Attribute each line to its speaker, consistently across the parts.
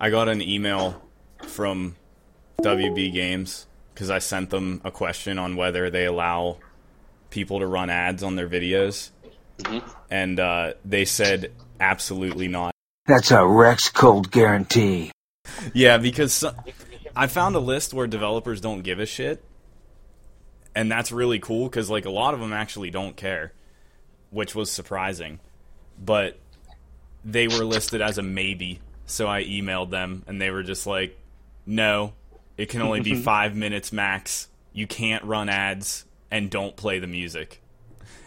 Speaker 1: I got an email from WB Games because I sent them a question on whether they allow people to run ads on their videos, and uh, they said absolutely not.
Speaker 2: That's a Rex Cold guarantee.
Speaker 1: Yeah, because so- I found a list where developers don't give a shit, and that's really cool because like a lot of them actually don't care, which was surprising, but they were listed as a maybe. So I emailed them, and they were just like, "No, it can only be five minutes max. You can't run ads and don't play the music."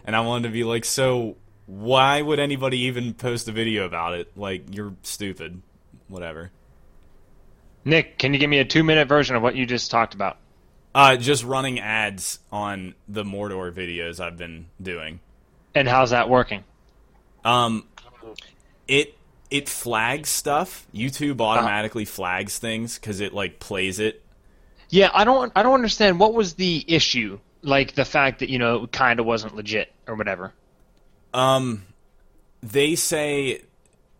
Speaker 1: And I wanted to be like, "So why would anybody even post a video about it? Like you're stupid, whatever."
Speaker 3: Nick, can you give me a two minute version of what you just talked about?
Speaker 1: Uh, just running ads on the Mordor videos I've been doing.
Speaker 3: And how's that working?
Speaker 1: Um, it it flags stuff. YouTube
Speaker 4: Uh-huh.
Speaker 1: automatically flags things because it like plays it.
Speaker 3: Yeah, I don't I don't understand what was the issue? Like the fact that, you know, it kinda wasn't legit or whatever.
Speaker 1: Um, they say,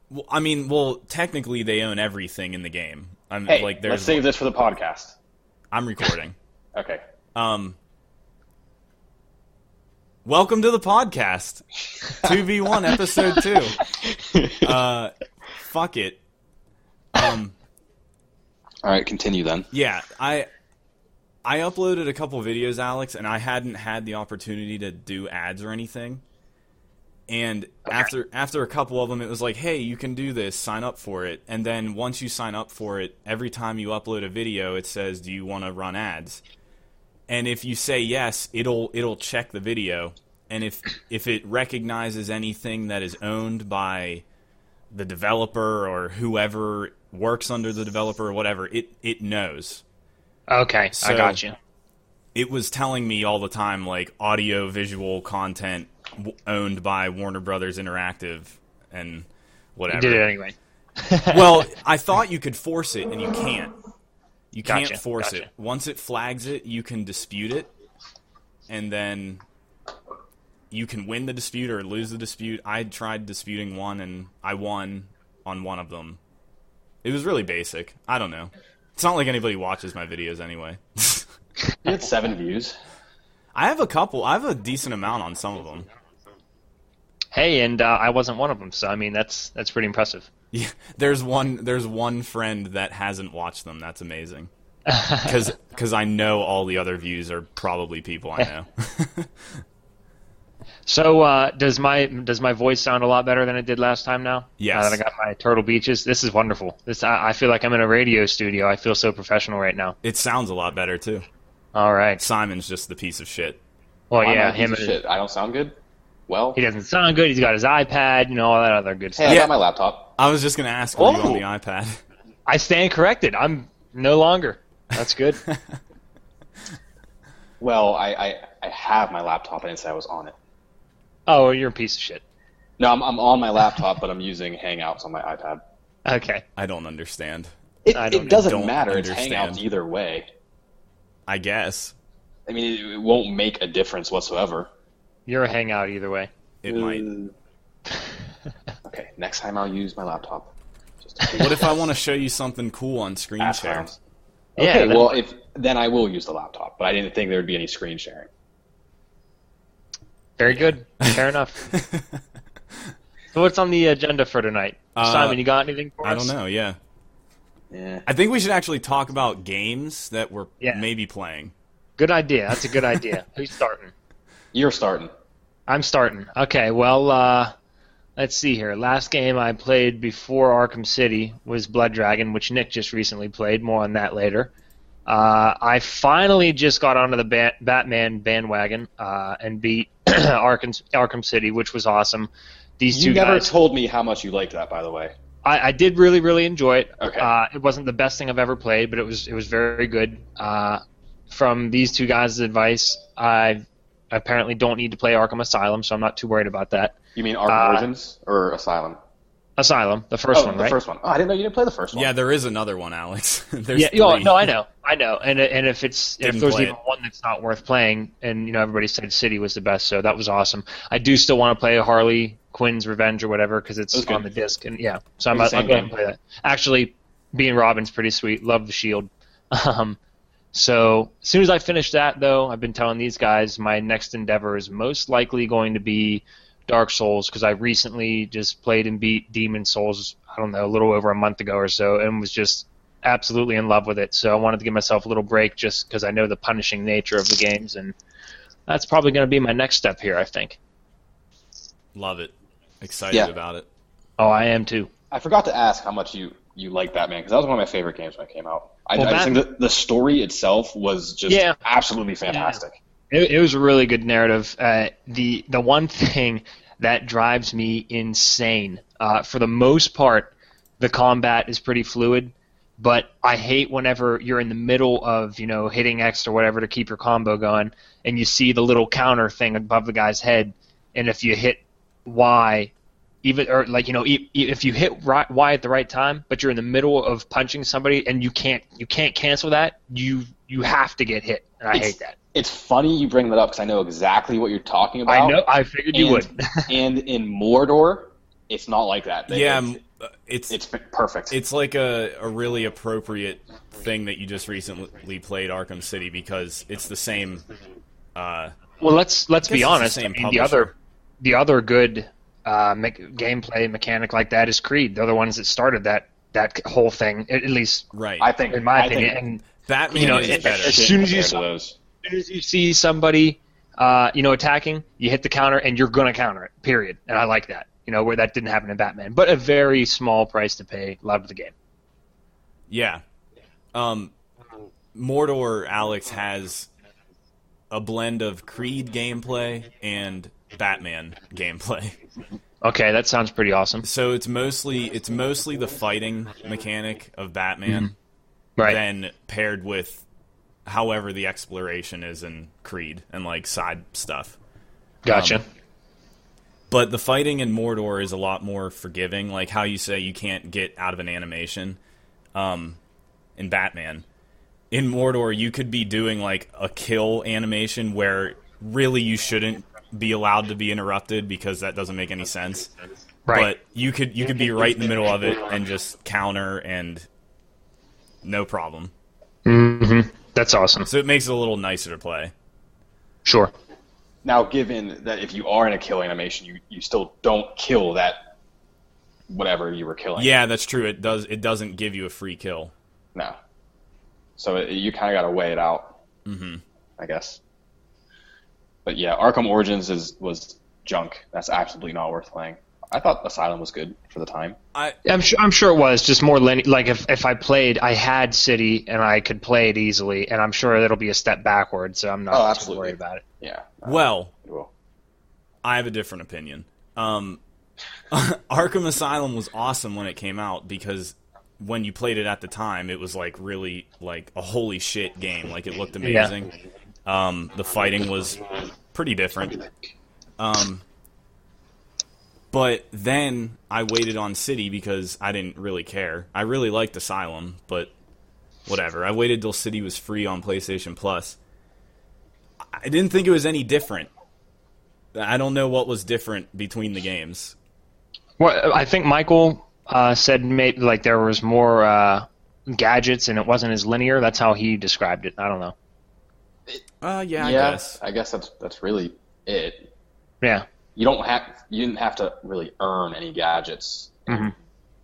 Speaker 1: well, I mean, well, technically they own everything in the game. I'm
Speaker 4: Hey,
Speaker 1: like,
Speaker 4: let's
Speaker 1: there's
Speaker 4: save this for the podcast.
Speaker 1: I'm recording.
Speaker 4: Okay.
Speaker 1: Um, welcome to the podcast, two v one episode two. Uh, fuck it. Um.
Speaker 5: All right, continue then.
Speaker 1: Yeah, I I uploaded a couple videos, Alex, and I hadn't had the opportunity to do ads or anything. And after after a couple of them, it was like, hey, you can do this, sign up for it. And then once you sign up for it, every time you upload a video, it says, do you want to run ads? And if you say yes, it'll it'll check the video. And if if it recognizes anything that is owned by the developer or whoever works under the developer or whatever, it it knows.
Speaker 3: Okay,
Speaker 1: So-
Speaker 3: I got you.
Speaker 1: It was telling me all the time like audio visual content w- owned by Warner Brothers Interactive and whatever.
Speaker 3: You did it anyway.
Speaker 1: well, I thought you could force it and you can't. You can't
Speaker 3: Gotcha,
Speaker 1: force
Speaker 3: gotcha.
Speaker 1: it. Once it flags it, you can dispute it and then you can win the dispute or lose the dispute. I tried disputing one and I won on one of them. It was really basic. I don't know. It's not like anybody watches my videos anyway.
Speaker 4: You had seven views.
Speaker 1: I have a couple. I have a decent amount on some of them.
Speaker 3: Hey, and uh, I wasn't one of them, so I mean that's that's pretty impressive.
Speaker 1: Yeah, there's one. There's one friend that hasn't watched them. That's amazing. Because I know all the other views are probably people I know.
Speaker 3: So uh, does my does my voice sound a lot better than it did last time now?
Speaker 1: Yes.
Speaker 3: Now that I got my turtle beaches, this is wonderful. This I, I feel like I'm in a radio studio. I feel so professional right now.
Speaker 1: it sounds a lot better too.
Speaker 3: All right.
Speaker 1: Simon's just the piece of shit.
Speaker 3: Well,
Speaker 4: I'm
Speaker 3: yeah,
Speaker 4: a piece
Speaker 3: him.
Speaker 4: of shit. I don't sound good. Well,
Speaker 3: He doesn't sound good. He's got his iPad, you know, all that other good
Speaker 4: hey,
Speaker 3: stuff.
Speaker 4: I
Speaker 1: Yeah.
Speaker 4: got my laptop.
Speaker 1: I was just gonna ask were you
Speaker 3: Oh.
Speaker 1: on the iPad.
Speaker 3: I stand corrected. I'm no longer. That's good.
Speaker 4: Well, I, I, I have my laptop. I didn't say I was on it.
Speaker 3: oh, you're a piece of shit.
Speaker 4: No, I'm, I'm on my laptop, but I'm using Hangouts on my iPad.
Speaker 3: Okay.
Speaker 1: I don't understand.
Speaker 4: It,
Speaker 3: I don't-
Speaker 4: it doesn't
Speaker 1: don't
Speaker 4: matter.
Speaker 1: understand.
Speaker 4: It's Hangouts either way.
Speaker 1: I guess
Speaker 4: I mean, it, it won't make a difference whatsoever.
Speaker 3: You're a hangout either way.
Speaker 1: it might.
Speaker 4: Okay, next time I'll use my laptop. Just to
Speaker 1: What if I want to show you something cool on screen
Speaker 4: ass
Speaker 1: share?
Speaker 4: clowns.
Speaker 3: yeah.
Speaker 4: Okay,
Speaker 3: that-
Speaker 4: well, if then I will use the laptop, but I didn't think there would be any screen sharing.
Speaker 3: very good. Fair enough. So what's on the agenda for tonight?
Speaker 1: Uh,
Speaker 3: Simon, you got anything for
Speaker 1: I
Speaker 3: us?
Speaker 1: don't know. Yeah,
Speaker 4: Yeah.
Speaker 1: I think we should actually talk about games that we're
Speaker 3: Yeah.
Speaker 1: maybe playing.
Speaker 3: Good idea. That's a good idea. Who's starting?
Speaker 4: You're starting.
Speaker 3: I'm starting. Okay, well, uh, let's see here. Last game I played before Arkham City was Blood Dragon, which Nick just recently played. More on that later. Uh, I finally just got onto the ba- Batman bandwagon uh, and beat Arkham, Arkham City, which was awesome. These
Speaker 4: You
Speaker 3: two
Speaker 4: never
Speaker 3: guys,
Speaker 4: told me how much you liked that, by the way.
Speaker 3: I, I did really, really enjoy it.
Speaker 4: Okay.
Speaker 3: Uh, it wasn't the best thing I've ever played, but it was it was very good. Uh, from these two guys' advice, I apparently don't need to play Arkham Asylum, so I'm not too worried about that.
Speaker 4: You mean Arkham
Speaker 3: Uh,
Speaker 4: Origins or Asylum?
Speaker 3: Asylum, the first
Speaker 4: oh,
Speaker 3: one,
Speaker 4: the
Speaker 3: right?
Speaker 4: first one. Oh, I didn't know you didn't play the first one.
Speaker 1: Yeah, there is another one, Alex. There's
Speaker 3: yeah, oh,
Speaker 1: three.
Speaker 3: no, I know, I know, and and if it's
Speaker 1: Didn't
Speaker 3: if there's
Speaker 1: play
Speaker 3: even
Speaker 1: it.
Speaker 3: one that's not worth playing, and you know everybody said City was the best, so that was awesome. I do still want to play Harley Quinn's Revenge or whatever because it's
Speaker 4: That was
Speaker 3: on the
Speaker 4: good.
Speaker 3: disc, and yeah, so I'm,
Speaker 4: was
Speaker 3: I'll go
Speaker 4: the same
Speaker 3: ahead and
Speaker 4: game.
Speaker 3: play that. Actually, being Robin's pretty sweet. Love the shield. Um, so as soon as I finish that, though, I've been telling these guys my next endeavor is most likely going to be Dark Souls because I recently just played and beat Demon Souls. I don't know, a little over a month ago or so, and was just absolutely in love with it. So I wanted to give myself a little break just because I know the punishing nature of the games, and that's probably going to be my next step here. I think.
Speaker 1: Love it. Excited
Speaker 4: Yeah.
Speaker 1: about it.
Speaker 3: Oh, I am too.
Speaker 4: I forgot to ask how much you you like Batman because that was one of my favorite games when it came out. I,
Speaker 3: Well,
Speaker 4: I just
Speaker 3: Bat-
Speaker 4: think that the story itself was just
Speaker 3: Yeah.
Speaker 4: absolutely fantastic.
Speaker 3: It, it was a really good narrative. Uh, the the one thing that drives me insane, uh, for the most part, the combat is pretty fluid, but I hate whenever you're in the middle of you know hitting X or whatever to keep your combo going, and you see the little counter thing above the guy's head, and if you hit Y, even or like you know e- e- if you hit right, Y at the right time, but you're in the middle of punching somebody and you can't you can't cancel that, you you have to get hit, and I
Speaker 4: It's-
Speaker 3: hate that.
Speaker 4: It's funny you bring that up because I know exactly what you're talking about.
Speaker 3: I know. I figured you
Speaker 4: and,
Speaker 3: would.
Speaker 4: and in Mordor, it's not like that. They-
Speaker 1: yeah,
Speaker 4: it's,
Speaker 1: m- uh, it's
Speaker 4: it's perfect.
Speaker 1: it's like a, a really appropriate thing that you just recently played Arkham City because it's the same. Uh,
Speaker 3: well, let's let's
Speaker 1: guess it's
Speaker 3: be
Speaker 1: the
Speaker 3: honest. I
Speaker 1: same
Speaker 3: mean, the
Speaker 1: publisher.
Speaker 3: other the other good uh, me- gameplay mechanic like that is Creed. They're the ones that started that that whole thing, at, at least
Speaker 1: right.
Speaker 4: I think,
Speaker 3: in my
Speaker 4: I
Speaker 3: opinion.
Speaker 4: think,
Speaker 3: and
Speaker 1: Batman
Speaker 3: you know,
Speaker 1: is
Speaker 3: it-
Speaker 1: better.
Speaker 3: as soon as you
Speaker 4: compared to
Speaker 3: saw-
Speaker 4: those,
Speaker 3: as soon as you see somebody, uh, you know, attacking, you hit the counter, and you're gonna counter it. Period. And I like that. You know, where that didn't happen in Batman, but a very small price to pay. Loved the game.
Speaker 1: Yeah. Um, Mordor Alex has a blend of Creed gameplay and Batman gameplay.
Speaker 3: Okay, that sounds pretty awesome.
Speaker 1: So it's mostly it's mostly the fighting mechanic of
Speaker 3: Mm-hmm.
Speaker 1: Batman
Speaker 3: Right.
Speaker 1: then paired with however the exploration is in Creed and like side stuff.
Speaker 3: gotcha.
Speaker 1: But the fighting in Mordor is a lot more forgiving, like how you say you can't get out of an animation. Um, in Batman, in Mordor, you could be doing like a kill animation where really you shouldn't be allowed to be interrupted because that doesn't make any sense.
Speaker 3: right.
Speaker 1: But you could you could be right in the middle of it and just counter and no problem.
Speaker 3: hmm That's awesome.
Speaker 1: So it makes it a little nicer to play.
Speaker 3: Sure.
Speaker 4: now, given that if you are in a kill animation, you, you still don't kill that whatever you were killing.
Speaker 1: Yeah, that's true. It does it doesn't give you a free kill.
Speaker 4: No. So it, you kind of got to weigh it out,
Speaker 1: Mm-hmm.
Speaker 4: I guess. But yeah, Arkham Origins is was junk. That's absolutely not worth playing. I thought Asylum was good for the time.
Speaker 1: I
Speaker 3: I'm sure, I'm sure it was just more linear. Like if, if I played, I had City and I could play it easily, and I'm sure it'll be a step backward. So I'm not
Speaker 4: Oh,
Speaker 3: too
Speaker 4: absolutely.
Speaker 3: worried about it.
Speaker 4: Yeah.
Speaker 1: well,
Speaker 4: it will.
Speaker 1: I have a different opinion. Um, Arkham Asylum was awesome when it came out because when you played it at the time, it was like really like a holy shit game. Like it looked amazing. Um, the fighting was pretty different. Um, but then I waited on City because I didn't really care. I really liked Asylum, but whatever. I waited till City was free on PlayStation Plus. I didn't think it was any different. I don't know what was different between the games.
Speaker 3: Well, I think Michael uh, said maybe like there was more uh, gadgets and it wasn't as linear. That's how he described it. I don't know.
Speaker 1: Uh, yeah, I
Speaker 4: yeah,
Speaker 1: guess.
Speaker 4: I guess that's that's really it.
Speaker 3: Yeah.
Speaker 4: You don't have you didn't have to really earn any gadgets
Speaker 3: Mhm.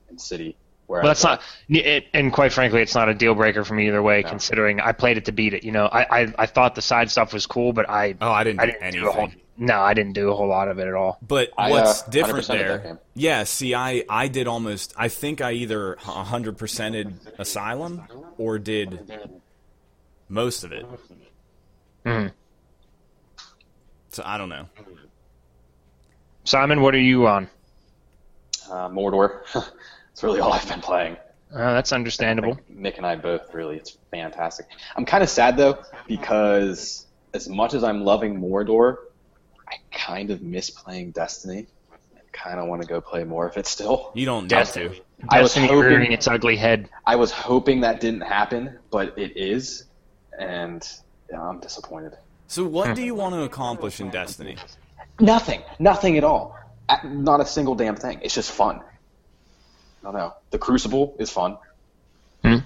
Speaker 4: in City. Whereas
Speaker 3: Well, that's not, it, and quite frankly, it's not a deal breaker for me either way. Considering I played it to beat it, you know, I, I, I thought the side stuff was cool, but I
Speaker 1: Oh, I didn't,
Speaker 3: I
Speaker 1: do
Speaker 3: didn't
Speaker 1: anything.
Speaker 3: do a whole no, I didn't do a whole lot of it at all.
Speaker 1: But
Speaker 4: I, uh,
Speaker 1: what's
Speaker 4: 100%
Speaker 1: different
Speaker 4: did that
Speaker 1: there?
Speaker 4: game.
Speaker 1: Yeah, see, I, I did almost. I think I either 100%ed Asylum or did most of it.
Speaker 4: Mm-hmm.
Speaker 3: Mhm.
Speaker 1: So I don't know.
Speaker 3: Simon, what are you on?
Speaker 4: uh, Mordor. that's really all I've been playing.
Speaker 3: Uh, that's understandable.
Speaker 4: Nick and I both really. It's fantastic. I'm kind of sad though because as much as I'm loving Mordor, I kind of miss playing Destiny. I kind of want to go play more of it still.
Speaker 1: You don't
Speaker 3: Yeah.
Speaker 1: need to.
Speaker 4: I was
Speaker 3: Destiny
Speaker 4: hoping-
Speaker 3: rearing its ugly head.
Speaker 4: I was hoping that didn't happen, but it is, and yeah, I'm disappointed.
Speaker 1: So
Speaker 4: Mm-hmm.
Speaker 1: what do you want to accomplish in Destiny?
Speaker 4: Nothing. Nothing at all. A- Not a single damn thing. It's just fun. I don't know. The Crucible is fun.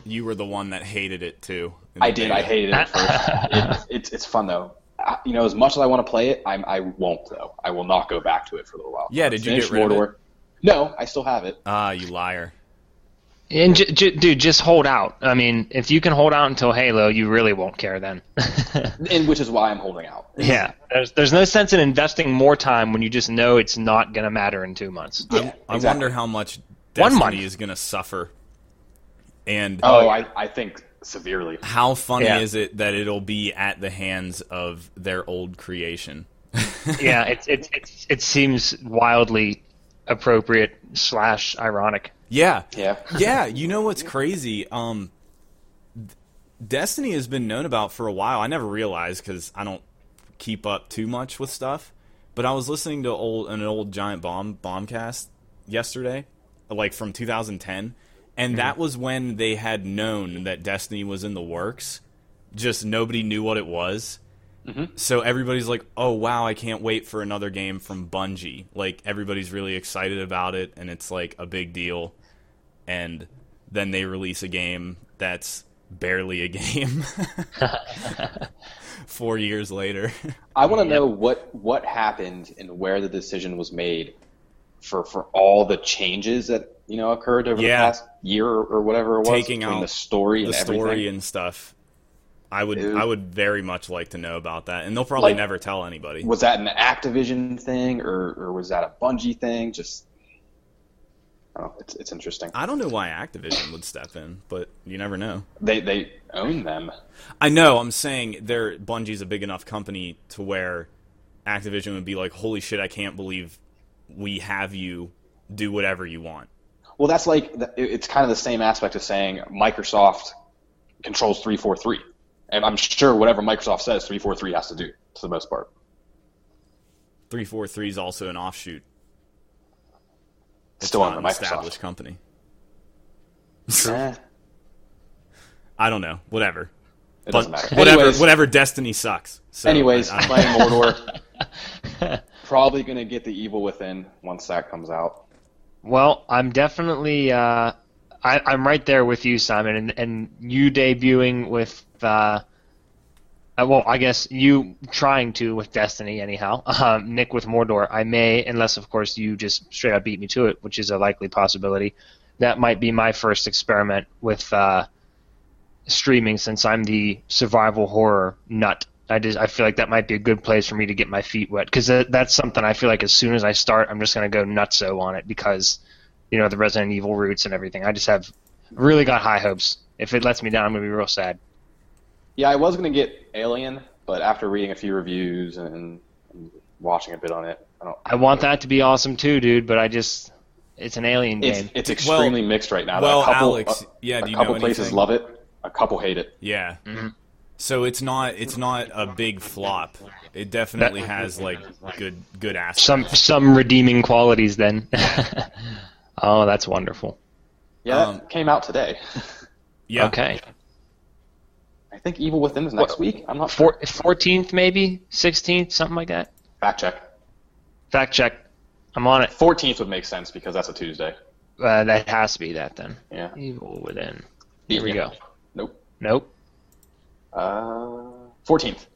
Speaker 1: you were the one that hated it too. in
Speaker 4: I
Speaker 1: the
Speaker 4: did.
Speaker 1: beta.
Speaker 4: I hated it at first. it, it's it's fun though. I, you know, as much as I want to play it, I'm, I won't though. I will not go back to it for a little while.
Speaker 1: Yeah,
Speaker 4: I
Speaker 1: did you
Speaker 4: finished
Speaker 1: get rid of it?
Speaker 4: No, I still have it.
Speaker 1: Ah, you liar.
Speaker 3: And j- j- dude, just hold out. I mean, if you can hold out until Halo, you really won't care then.
Speaker 4: and which is why I'm holding out.
Speaker 3: yeah, there's there's no sense in investing more time when you just know it's not gonna matter in two months.
Speaker 1: I-
Speaker 4: Yeah,
Speaker 1: I,
Speaker 4: exactly.
Speaker 1: wonder how much
Speaker 3: One
Speaker 1: Destiny
Speaker 3: month.
Speaker 1: is going to suffer, and
Speaker 4: Oh, I, I think severely.
Speaker 1: how funny
Speaker 3: Yeah.
Speaker 1: is it that it'll be at the hands of their old creation?
Speaker 3: yeah, it it it, it seems wildly appropriate slash ironic.
Speaker 1: Yeah,
Speaker 4: Yeah.
Speaker 1: yeah. You know what's crazy? Um, Destiny has been known about for a while. I never realized because I don't keep up too much with stuff. But I was listening to old an old Giant Bomb bombcast yesterday, like from 2010, and that was when they had known that Destiny was in the works. Just nobody knew what it was. So everybody's like, "Oh wow, I can't wait for another game from Bungie." Like everybody's really excited about it, and it's like a big deal. And then they release a game that's barely a game. Four years later.
Speaker 4: I want to know what what happened and where the decision was made for for all the changes that you know occurred over
Speaker 1: Yeah.
Speaker 4: the past year or, or whatever it was
Speaker 1: Taking
Speaker 4: between
Speaker 1: out
Speaker 4: the story
Speaker 1: the
Speaker 4: and
Speaker 1: story
Speaker 4: everything.
Speaker 1: and stuff. I would
Speaker 4: Dude.
Speaker 1: I would very much like to know about that, and they'll probably
Speaker 4: Like-
Speaker 1: never tell anybody.
Speaker 4: was that an Activision thing or, or was that a Bungie thing? Just oh, it's it's interesting.
Speaker 1: I don't know why Activision would step in, but you never know.
Speaker 4: They they own them.
Speaker 1: I know. I'm saying they're Bungie's a big enough company to where Activision would be like, "Holy shit, I can't believe we have you do whatever you want."
Speaker 4: Well, that's like th- it- it's kind of the same aspect of saying Microsoft controls three four three, and I'm sure whatever Microsoft says three four three has to do to the most part.
Speaker 1: Three Four Three is also an offshoot.
Speaker 4: It's still
Speaker 1: not
Speaker 4: under
Speaker 1: an
Speaker 4: Microsoft.
Speaker 1: established company.
Speaker 4: Eh,
Speaker 1: I don't know. Whatever. But
Speaker 4: it doesn't matter.
Speaker 1: whatever.
Speaker 4: anyways,
Speaker 1: whatever. Destiny sucks. So
Speaker 4: anyways
Speaker 1: I- I don't know.
Speaker 4: playing Mordor. Probably gonna get the Evil Within once that comes out.
Speaker 3: Well, I'm definitely uh, I, I'm right there with you, Simon, and, and you debuting with uh, uh, well, I guess you trying to with Destiny, anyhow. Um, Nick with Mordor, I may, unless of course you just straight up beat me to it, which is a likely possibility. That might be my first experiment with uh, streaming, since I'm the survival horror nut. I just I feel like that might be a good place for me to get my feet wet because that's something I feel like as soon as I start, I'm just gonna go nutso on it because you know the Resident Evil roots and everything. I just have really got high hopes. If it lets me down, I'm gonna be real sad.
Speaker 4: Yeah, I was gonna get Alien, but after reading a few reviews and, and watching a bit on it, I don't.
Speaker 3: I want that to be awesome too, dude, but I just it's an alien game.
Speaker 4: It's, it's extremely
Speaker 1: Well-
Speaker 4: mixed right now.
Speaker 1: well,
Speaker 4: a couple,
Speaker 1: Alex,
Speaker 4: a,
Speaker 1: yeah,
Speaker 4: a
Speaker 1: do you
Speaker 4: couple
Speaker 1: know
Speaker 4: places
Speaker 1: anything?
Speaker 4: love it, a couple hate it.
Speaker 1: Yeah. So it's not it's not a big flop. It definitely has like good good aspects.
Speaker 3: Some some redeeming qualities then. oh, that's wonderful.
Speaker 4: Yeah, that
Speaker 1: Um,
Speaker 4: came out today.
Speaker 1: yeah.
Speaker 3: Okay.
Speaker 4: I think Evil Within is next week. I'm not
Speaker 3: Four, 14th maybe? 16th, something like that.
Speaker 4: fact check.
Speaker 3: Fact check. I'm on it.
Speaker 4: Fourteenth would make sense because that's a Tuesday.
Speaker 3: Uh, that has to be that then.
Speaker 4: Yeah.
Speaker 3: Evil Within. Here we go.
Speaker 4: Nope.
Speaker 3: Nope.
Speaker 4: Uh, fourteenth.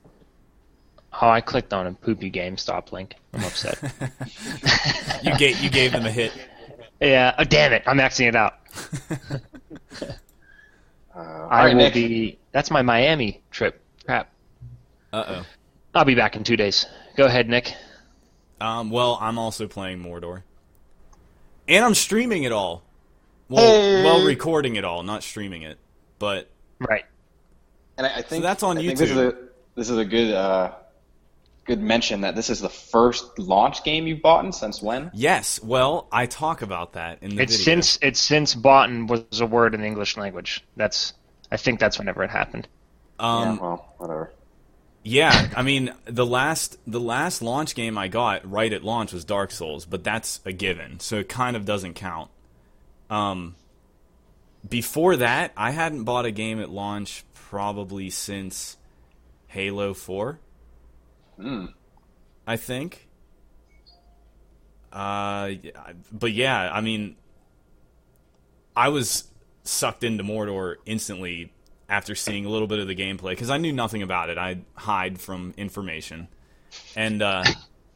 Speaker 3: Oh, I clicked on a poopy GameStop link. I'm upset.
Speaker 1: You gave you gave them a hit.
Speaker 3: yeah. Oh, damn it. I'm maxing it out.
Speaker 4: Uh, all
Speaker 3: I
Speaker 4: right,
Speaker 3: will
Speaker 4: Nick.
Speaker 3: be. That's my Miami trip. Crap.
Speaker 1: Uh
Speaker 3: I'll be back in two days. Go ahead, Nick.
Speaker 1: oh. Um, well, I'm also playing Mordor, and I'm streaming it all. Well, well, recording it all, not streaming it. But
Speaker 3: Right.
Speaker 4: And I, I think
Speaker 1: that's on
Speaker 4: I think this is
Speaker 1: YouTube.
Speaker 4: a this is a good uh, good mention that this is the first launch game you've bought in since when?
Speaker 1: yes, well, I talk about that in the
Speaker 3: It's
Speaker 1: video.
Speaker 3: since it's since Botan was a word in the English language. That's I think that's whenever it happened.
Speaker 1: um,
Speaker 4: yeah, well, whatever.
Speaker 1: Yeah, I mean the last the last launch game I got right at launch was Dark Souls, but that's a given, so it kind of doesn't count. Um, before that, I hadn't bought a game at launch probably since Halo Four. I think. Uh, yeah, but yeah, I mean, I was sucked into Mordor instantly after seeing a little bit of the gameplay because I knew nothing about it. I hide from information, and uh,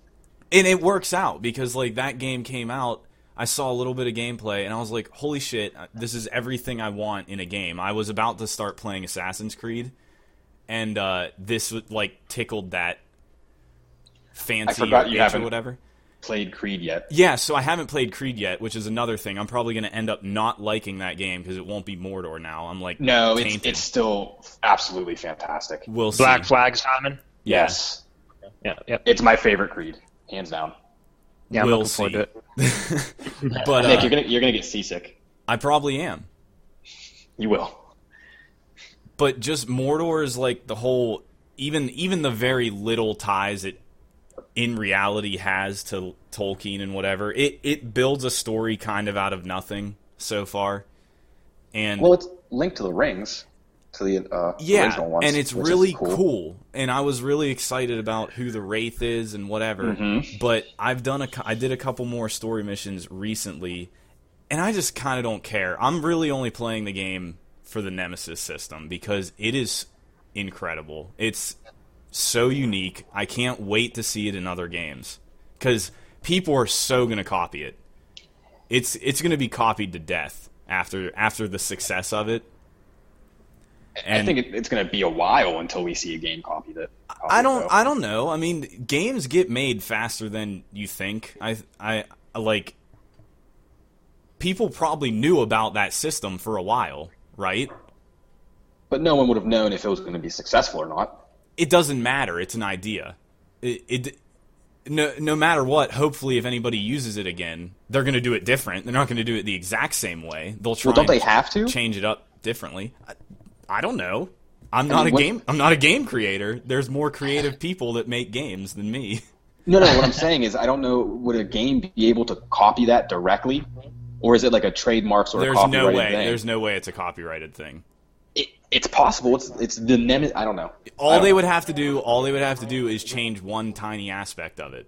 Speaker 1: and it works out because like that game came out. I saw a little bit of gameplay and I was like, "Holy shit! uh, This is everything I want in a game." I was about to start playing Assassin's Creed, and uh, this like tickled that fancy
Speaker 4: forgot you
Speaker 1: itch or
Speaker 4: haven't-
Speaker 1: whatever.
Speaker 4: Played Creed yet?
Speaker 1: Yeah, so I haven't played Creed yet, which is another thing. I'm probably going to end up not liking that game because it won't be Mordor now. I'm like,
Speaker 4: No, it's
Speaker 1: Tainted.
Speaker 4: it's still absolutely fantastic.
Speaker 1: we'll
Speaker 3: Black
Speaker 1: see.
Speaker 3: Flag Simon.
Speaker 1: Yeah.
Speaker 4: Yes,
Speaker 3: Yeah, yep.
Speaker 4: it's my favorite Creed, hands down.
Speaker 3: Yeah, I'm
Speaker 1: We'll
Speaker 3: looking forward
Speaker 1: see.
Speaker 3: to it.
Speaker 1: but
Speaker 4: Nick,
Speaker 1: uh,
Speaker 4: you're gonna you're gonna get seasick.
Speaker 1: I probably am.
Speaker 4: You will.
Speaker 1: But just Mordor is like the whole, even even the very little ties it in reality has to Tolkien and whatever. It it builds a story kind of out of nothing so far, and
Speaker 4: Well, it's linked to the rings, to the uh,
Speaker 1: yeah,
Speaker 4: original ones,
Speaker 1: and it's
Speaker 4: which is
Speaker 1: really
Speaker 4: cool.
Speaker 1: cool. And I was really excited about who the Wraith is and whatever.
Speaker 4: Mm-hmm.
Speaker 1: But I've done a, cou- I did a couple more story missions recently, and I just kind of don't care. I'm really only playing the game for the Nemesis system because it is incredible. It's so unique. I can't wait to see it in other games because people are so gonna copy it. It's it's gonna be copied to death after after the success of it.
Speaker 4: I think it, it's going to be a while until we see a game copy that. copy
Speaker 1: I
Speaker 4: it,
Speaker 1: don't.
Speaker 4: though.
Speaker 1: I don't know. I mean, games get made faster than you think. I. I like. People probably knew about that system for a while, right?
Speaker 4: But no one would have known if it was going to be successful or not.
Speaker 1: It doesn't matter. It's an idea. It. it no, no matter what, hopefully, if anybody uses it again, they're going to do it different. They're not going to do it the exact same way. They'll try.
Speaker 4: Well, don't
Speaker 1: and
Speaker 4: they have to?
Speaker 1: change it up differently? I, I don't know. I'm not a
Speaker 4: what-
Speaker 1: game. I'm not a game creator. There's more creative people that make games than me.
Speaker 4: No, no. What I'm saying is, I don't know. Would a game be able to copy that directly, or is it like a trademarks or a
Speaker 1: There's no
Speaker 4: copyrighted
Speaker 1: way.
Speaker 4: thing?
Speaker 1: There's no way it's a copyrighted thing.
Speaker 4: It, it's possible. It's it's the nemesis. I don't know. I
Speaker 1: All
Speaker 4: don't
Speaker 1: they
Speaker 4: know.
Speaker 1: would have to do, all they would have to do, is change one tiny aspect of it.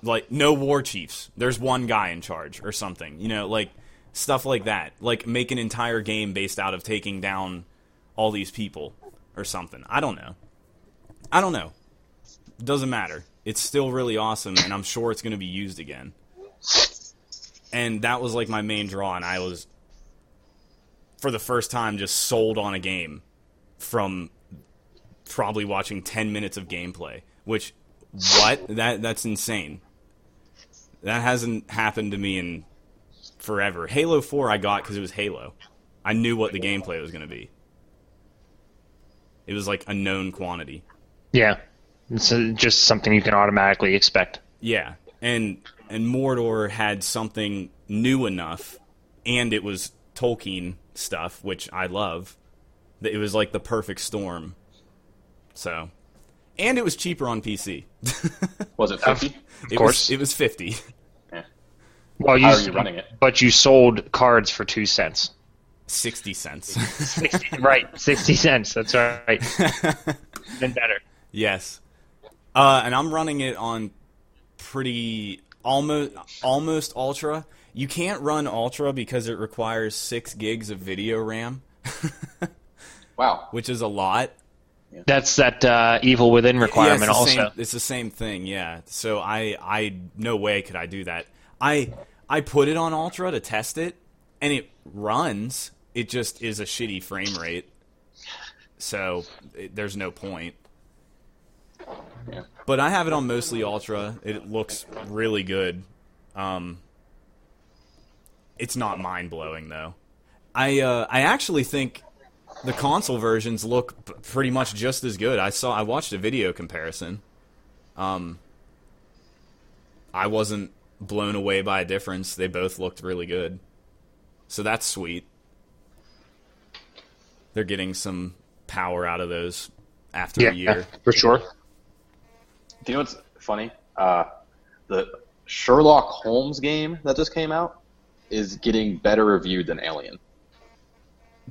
Speaker 1: Like no war chiefs. There's one guy in charge or something. You know, like stuff like that. Like make an entire game based out of taking down all these people or something. I don't know. I don't know. Doesn't matter. It's still really awesome, and I'm sure it's going to be used again. And that was like my main draw, and I was, for the first time, just sold on a game from probably watching 10 minutes of gameplay which what that that's insane that hasn't happened to me in forever halo 4 i got because it was halo i knew what the gameplay was going to be it was like a known quantity
Speaker 3: Yeah, it's uh, just something you can automatically expect.
Speaker 1: yeah and and mordor had something new enough and it was tolkien stuff which i love that it was like the perfect storm so and it was cheaper on pc
Speaker 4: Was it 50?
Speaker 1: It
Speaker 3: course.
Speaker 1: was, it was 50.
Speaker 3: Well, you,
Speaker 4: How are you running it?
Speaker 3: But you sold cards for two cents.
Speaker 1: 60 cents.
Speaker 3: 60, right, sixty cents. That's right. Been better.
Speaker 1: yes. Uh, and I'm running it on pretty almost almost ultra. You can't run ultra because it requires 6 gigs of video RAM,
Speaker 4: Wow.
Speaker 1: which is a lot.
Speaker 3: That's that uh, evil within
Speaker 1: Yeah,
Speaker 3: requirement.
Speaker 1: it's the
Speaker 3: also,
Speaker 1: Same, it's the same thing, yeah. So I, I, no way could I do that. I, I put it on ultra to test it, and it runs. It just is a shitty frame rate. So it, there's no point.
Speaker 4: Yeah.
Speaker 1: But I have it on mostly ultra. It looks really good. Um, it's not mind blowing though. I, uh, I actually think the console versions look p- pretty much just as good. I saw I watched a video comparison. Um, I wasn't blown away by a difference. They both looked really good, so that's sweet. They're getting some power out of those after
Speaker 3: yeah,
Speaker 1: a year.
Speaker 3: for sure.
Speaker 4: Do you know what's funny? Uh, the Sherlock Holmes game that just came out is getting better reviewed than Alien.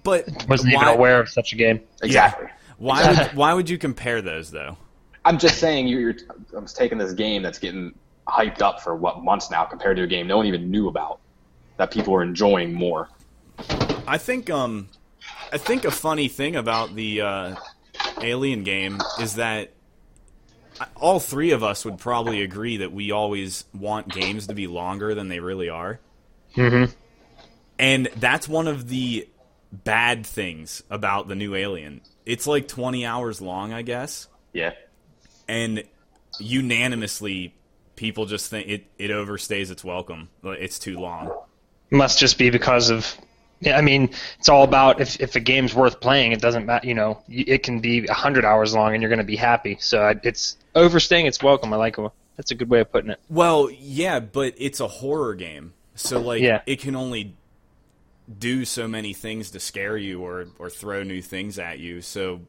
Speaker 1: But
Speaker 3: Wasn't
Speaker 1: why,
Speaker 3: even aware of such a game.
Speaker 4: Exactly.
Speaker 1: why would why would you compare those though?
Speaker 4: I'm just saying you're, you're I'm just taking this game that's getting hyped up for what months now compared to a game no one even knew about that people are enjoying more.
Speaker 1: I think um, I think a funny thing about the uh, Alien game is that all three of us would probably agree that we always want games to be longer than they really are.
Speaker 3: Mm-hmm.
Speaker 1: And that's one of the bad things about the new Alien. It's like 20 hours long, I guess.
Speaker 4: Yeah.
Speaker 1: And unanimously, people just think it, it overstays its welcome. It's too long.
Speaker 3: Must just be because of. yeah, I mean, it's all about if, if a game's worth playing, it doesn't matter. You know, y- it can be 100 hours long and you're going to be happy. So I- it's overstaying its welcome. I like it. That's a good way of putting it.
Speaker 1: Well, yeah, but it's a horror game. So, like,
Speaker 3: Yeah.
Speaker 1: it can only do so many things to scare you or, or throw new things at you. So,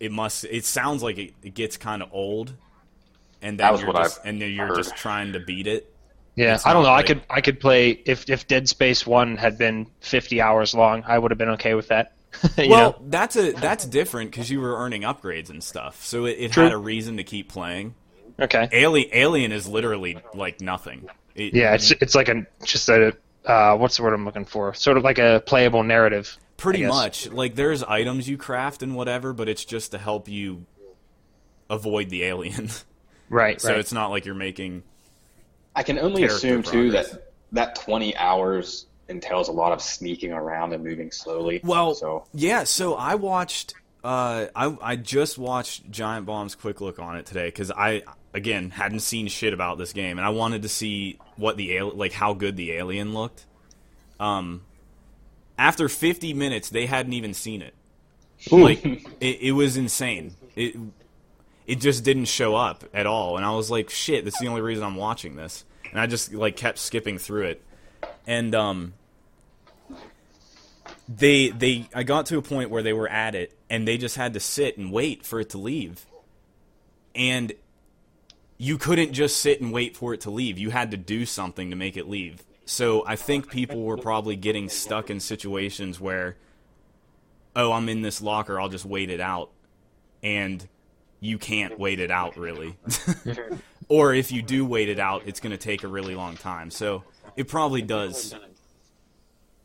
Speaker 1: it must, it sounds like it, it gets kind of old. And then
Speaker 4: That was
Speaker 1: you're
Speaker 4: what
Speaker 1: just,
Speaker 4: I've
Speaker 1: and then you're just
Speaker 4: heard.
Speaker 1: trying to beat it.
Speaker 3: Yeah,
Speaker 1: It's
Speaker 3: I don't
Speaker 1: not
Speaker 3: know. I
Speaker 1: like-
Speaker 3: could I could play if if Dead Space One had been 50 hours long, I would have been okay with that. you
Speaker 1: well,
Speaker 3: know?
Speaker 1: that's a that's different because you were earning upgrades and stuff, so it, it
Speaker 3: True.
Speaker 1: had a reason to keep playing.
Speaker 3: okay.
Speaker 1: Alien Alien is literally like nothing. It-
Speaker 3: Yeah, it's it's like a just a uh, what's the word I'm looking for? Sort of like a playable narrative.
Speaker 1: pretty
Speaker 3: I guess.
Speaker 1: much like there's items you craft and whatever, but it's just to help you avoid the aliens.
Speaker 3: Right.
Speaker 1: so
Speaker 3: right.
Speaker 1: it's not like you're making.
Speaker 4: I can only
Speaker 1: Character
Speaker 4: assume too
Speaker 1: progress.
Speaker 4: that that 20 hours entails a lot of sneaking around and moving slowly.
Speaker 1: Well,
Speaker 4: so
Speaker 1: yeah. So I watched. Uh, I I just watched Giant Bomb's quick look on it today because I again hadn't seen shit about this game and I wanted to see what the al- like how good the alien looked. Um, after 50 minutes, they hadn't even seen it. Like it, it was insane. It it just didn't show up at all, and I was like, shit. That's the only reason I'm watching this, and I just like kept skipping through it, and um they they I got to a point where they were at it and they just had to sit and wait for it to leave. And you couldn't just sit and wait for it to leave. You had to do something to make it leave. So I think people were probably getting stuck in situations where oh, I'm in this locker, I'll just wait it out. And you can't wait it out really. or if you do wait it out, it's going to take a really long time. So it probably does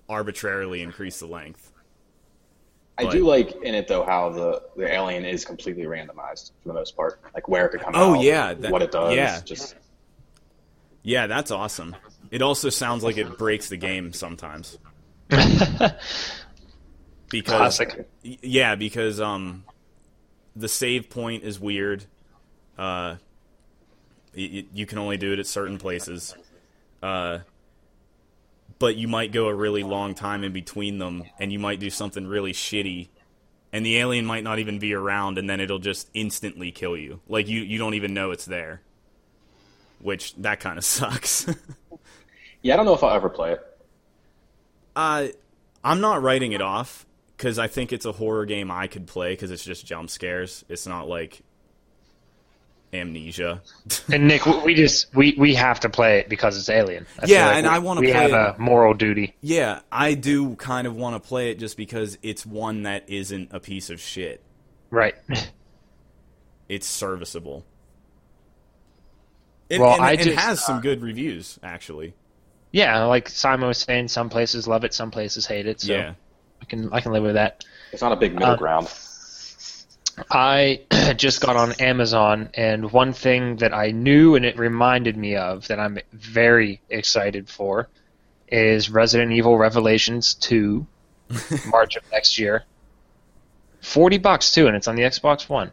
Speaker 1: arbitrarily increase the length.
Speaker 4: I do like in it though how the, the alien is completely randomized for the most part, like where it could come
Speaker 1: Oh,
Speaker 4: out,
Speaker 1: yeah, that-
Speaker 4: what it does,
Speaker 1: yeah.
Speaker 4: just
Speaker 1: Yeah, that's awesome. It also sounds like it breaks the game sometimes because
Speaker 3: Classic.
Speaker 1: y- yeah, because um, the save point is weird. Uh, y- y- you can only do it at certain places. Uh, but you might go a really long time in between them, and you might do something really shitty, and the alien might not even be around, and then it'll just instantly kill you. Like you, you don't even know it's there. Which that kind of sucks.
Speaker 4: yeah. I don't know if I'll ever play it.
Speaker 1: Uh, I'm not writing it off because I think it's a horror game I could play because it's just jump scares. It's not like amnesia.
Speaker 3: and Nick, we- we just we, we have to play it because it's Alien. I feel
Speaker 1: Yeah,
Speaker 3: like
Speaker 1: and
Speaker 3: we-
Speaker 1: I wanna
Speaker 3: We
Speaker 1: play
Speaker 3: have
Speaker 1: it.
Speaker 3: a moral duty.
Speaker 1: yeah, I do kind of want to play it just because it's one that isn't a piece of shit.
Speaker 3: Right.
Speaker 1: It's serviceable. It,
Speaker 3: Well,
Speaker 1: and,
Speaker 3: I
Speaker 1: it
Speaker 3: just, uh,
Speaker 1: has some good reviews actually.
Speaker 3: yeah, like Simon was saying, some places love it, some places hate it. So
Speaker 1: yeah,
Speaker 3: I can I can live with that.
Speaker 4: It's not a big middle
Speaker 3: Uh,
Speaker 4: ground.
Speaker 3: I just got on Amazon, and one thing that I knew and it reminded me of that I'm very excited for is Resident Evil Revelations 2, March of next year. 40 bucks too, and it's on the Xbox One.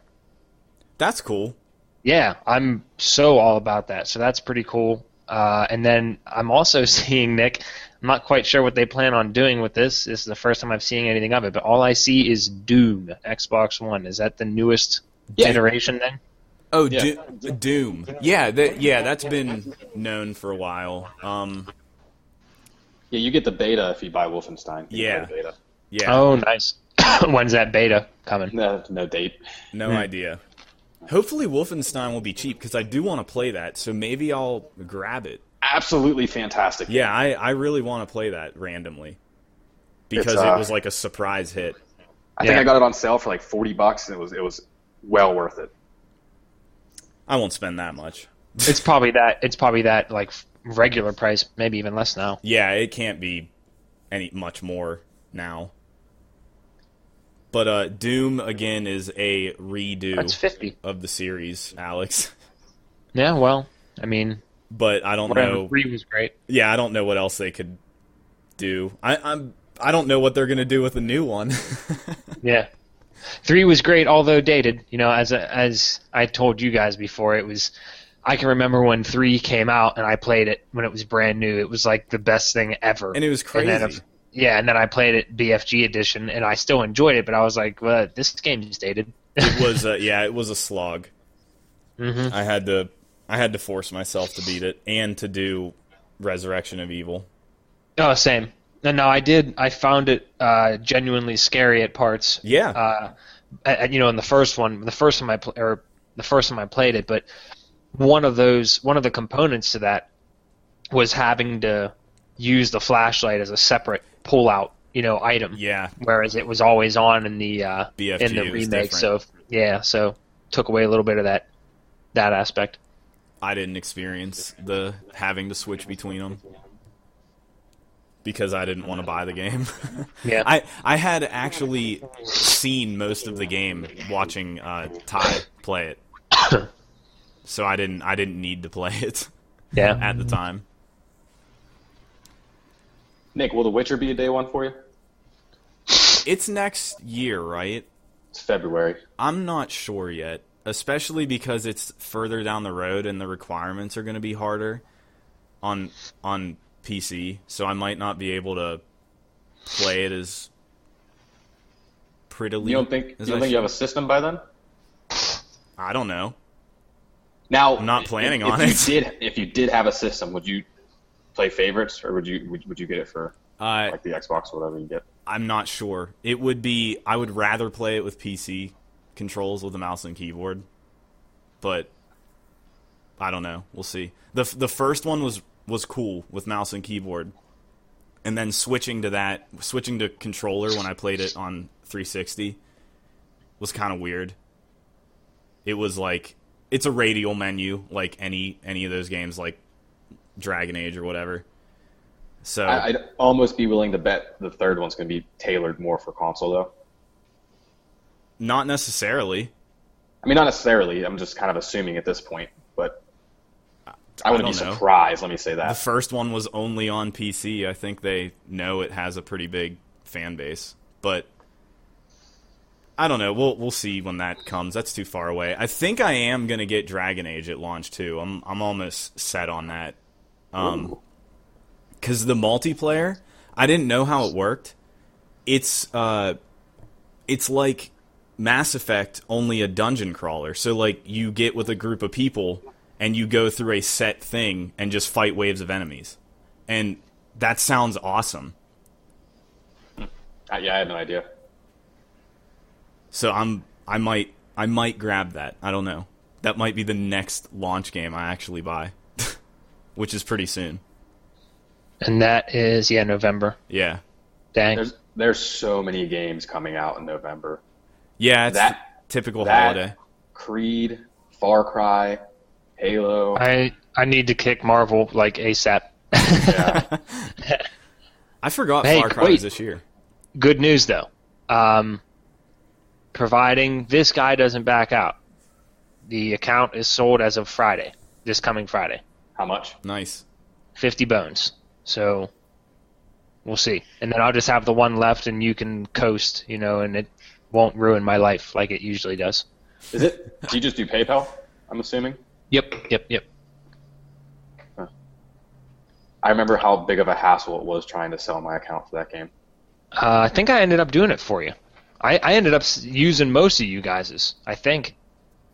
Speaker 1: that's cool.
Speaker 3: Yeah, I'm so all about that. So that's pretty cool. Uh, and then I'm also seeing Nick. I'm not quite sure what they plan on doing with this. This is the first time I'm seeing anything of it, but all I see is Doom Xbox One. Is that the newest
Speaker 4: Yeah.
Speaker 3: iteration then?
Speaker 1: Oh,
Speaker 4: Yeah.
Speaker 1: Do- Doom. Yeah, that yeah, that's been known for a while. Um,
Speaker 4: Yeah, you get the beta if you buy Wolfenstein. You
Speaker 1: Yeah.
Speaker 4: play the beta.
Speaker 1: yeah.
Speaker 3: Oh, nice. When's that beta coming?
Speaker 4: No, no date.
Speaker 1: No
Speaker 4: Hmm.
Speaker 1: idea. Hopefully, Wolfenstein will be cheap because I do want to play that. So maybe I'll grab it.
Speaker 4: Absolutely fantastic.
Speaker 1: Yeah, I, I really want to play that randomly because
Speaker 4: It's, uh,
Speaker 1: it was like a surprise hit.
Speaker 4: I think
Speaker 3: Yeah.
Speaker 4: I got it on sale for like 40 bucks, and it was it was well worth it.
Speaker 1: I won't spend that much.
Speaker 3: It's probably that. It's probably that like regular price, maybe even less now.
Speaker 1: Yeah, it can't be any much more now. But uh, Doom again is a redo
Speaker 3: That's 50.
Speaker 1: of the series, Alex.
Speaker 3: Yeah, well, I mean,
Speaker 1: But I don't
Speaker 3: whatever.
Speaker 1: know.
Speaker 3: Three was great.
Speaker 1: Yeah, I don't know what else they could do. I, I'm I don't know what they're gonna do with the new one.
Speaker 3: Yeah. Three was great, although dated. You know, as as I told you guys before, it was. I can remember when three came out and I played it when it was brand new. It was like the best thing ever.
Speaker 1: and it was
Speaker 3: And
Speaker 1: crazy.
Speaker 3: then if- yeah, and then I played it BFG edition, and I still enjoyed it, but I was like, well, this game's dated.
Speaker 1: it was a, yeah, it was a slog.
Speaker 3: Mhm.
Speaker 1: I had to I had to force myself to beat it and to do Resurrection of Evil.
Speaker 3: Oh, same. No, no, I did. I found it uh, genuinely scary at parts.
Speaker 1: Yeah,
Speaker 3: Uh, a- a- you know, in the first one, the first time I pl- or the first time I played it, but one of those, one of the components to that was having to use the flashlight as a separate pull-out, you know, item.
Speaker 1: yeah,
Speaker 3: Whereas it was always on in the uh,
Speaker 1: BFG
Speaker 3: in the
Speaker 1: was
Speaker 3: remake.
Speaker 1: different.
Speaker 3: So yeah, so took away a little bit of that that aspect.
Speaker 1: I didn't experience the having to switch between them because I didn't want to buy the game.
Speaker 3: Yeah.
Speaker 1: I I had actually seen most of the game watching uh, Ty play it, so I didn't I didn't need to play it
Speaker 3: yeah.
Speaker 1: at the time.
Speaker 4: Nick, will The Witcher be a day one for you?
Speaker 1: It's next year, right?
Speaker 4: It's February.
Speaker 1: I'm not sure yet, especially because it's further down the road and the requirements are going to be harder on on PC, so I might not be able to play it as prettily.
Speaker 4: You don't think you
Speaker 1: as
Speaker 4: don't
Speaker 1: I
Speaker 4: think you
Speaker 1: should.
Speaker 4: have a system by then?
Speaker 1: I don't know.
Speaker 4: Now,
Speaker 1: I'm not planning
Speaker 4: if,
Speaker 1: on
Speaker 4: if
Speaker 1: it.
Speaker 4: You did, if you did have a system, would you play favorites, or would you would, would you get it for
Speaker 1: Uh,
Speaker 4: like the Xbox, or whatever you get?
Speaker 1: I'm not sure. It would be. I would rather play it with PC controls with a mouse and keyboard, but I don't know. We'll see. the f- The first one was was cool with mouse and keyboard, and then switching to that, switching to controller when I played it on 360 was kind of weird. It was like it's a radial menu, like any any of those games, like Dragon Age or whatever. So
Speaker 4: I, I'd almost be willing to bet the third one's going to be tailored more for console, though.
Speaker 1: not necessarily.
Speaker 4: I mean, not necessarily. I'm just kind of assuming at this point, but I wouldn't be
Speaker 1: don't know.
Speaker 4: surprised. Let me say
Speaker 1: The
Speaker 4: that.
Speaker 1: first one was only on PC. I think they know it has a pretty big fan base, but I don't know. We'll we'll see when that comes. That's too far away. I think I am gonna get Dragon Age at launch too. I'm I'm almost set on that. Um, because the multiplayer, I didn't know how it worked. It's uh, it's like Mass Effect only a dungeon crawler. So like you get with a group of people and you go through a set thing and just fight waves of enemies. And that sounds awesome.
Speaker 4: I, yeah, I had no idea.
Speaker 1: So I'm I might I might grab that. I don't know. That might be the next launch game I actually buy, which is pretty soon.
Speaker 3: And that is yeah November.
Speaker 1: Yeah.
Speaker 3: Dang.
Speaker 4: There's there's so many games coming out in November.
Speaker 1: Yeah, it's
Speaker 4: That-
Speaker 1: the typical
Speaker 4: that-
Speaker 1: holiday.
Speaker 4: Creed, Far Cry, Halo.
Speaker 3: I I need to kick Marvel like ASAP.
Speaker 4: yeah.
Speaker 1: I forgot
Speaker 3: Hey,
Speaker 1: Far Cry
Speaker 3: wait.
Speaker 1: was this year.
Speaker 3: Good news though. Um, providing this guy doesn't back out, the account is sold as of Friday, this coming Friday.
Speaker 4: How much?
Speaker 1: Nice.
Speaker 3: Fifty bones. So we'll see. And then I'll just have the one left, and you can coast, you know, and it won't ruin my life like it usually does.
Speaker 4: Is it? Do you just do PayPal? I'm assuming.
Speaker 3: Yep. Yep. Yep.
Speaker 4: I remember how big of a hassle it was trying to sell my account for that game.
Speaker 3: Uh, I think I ended up doing it for you. I, I ended up s- using most of you guys's. I think.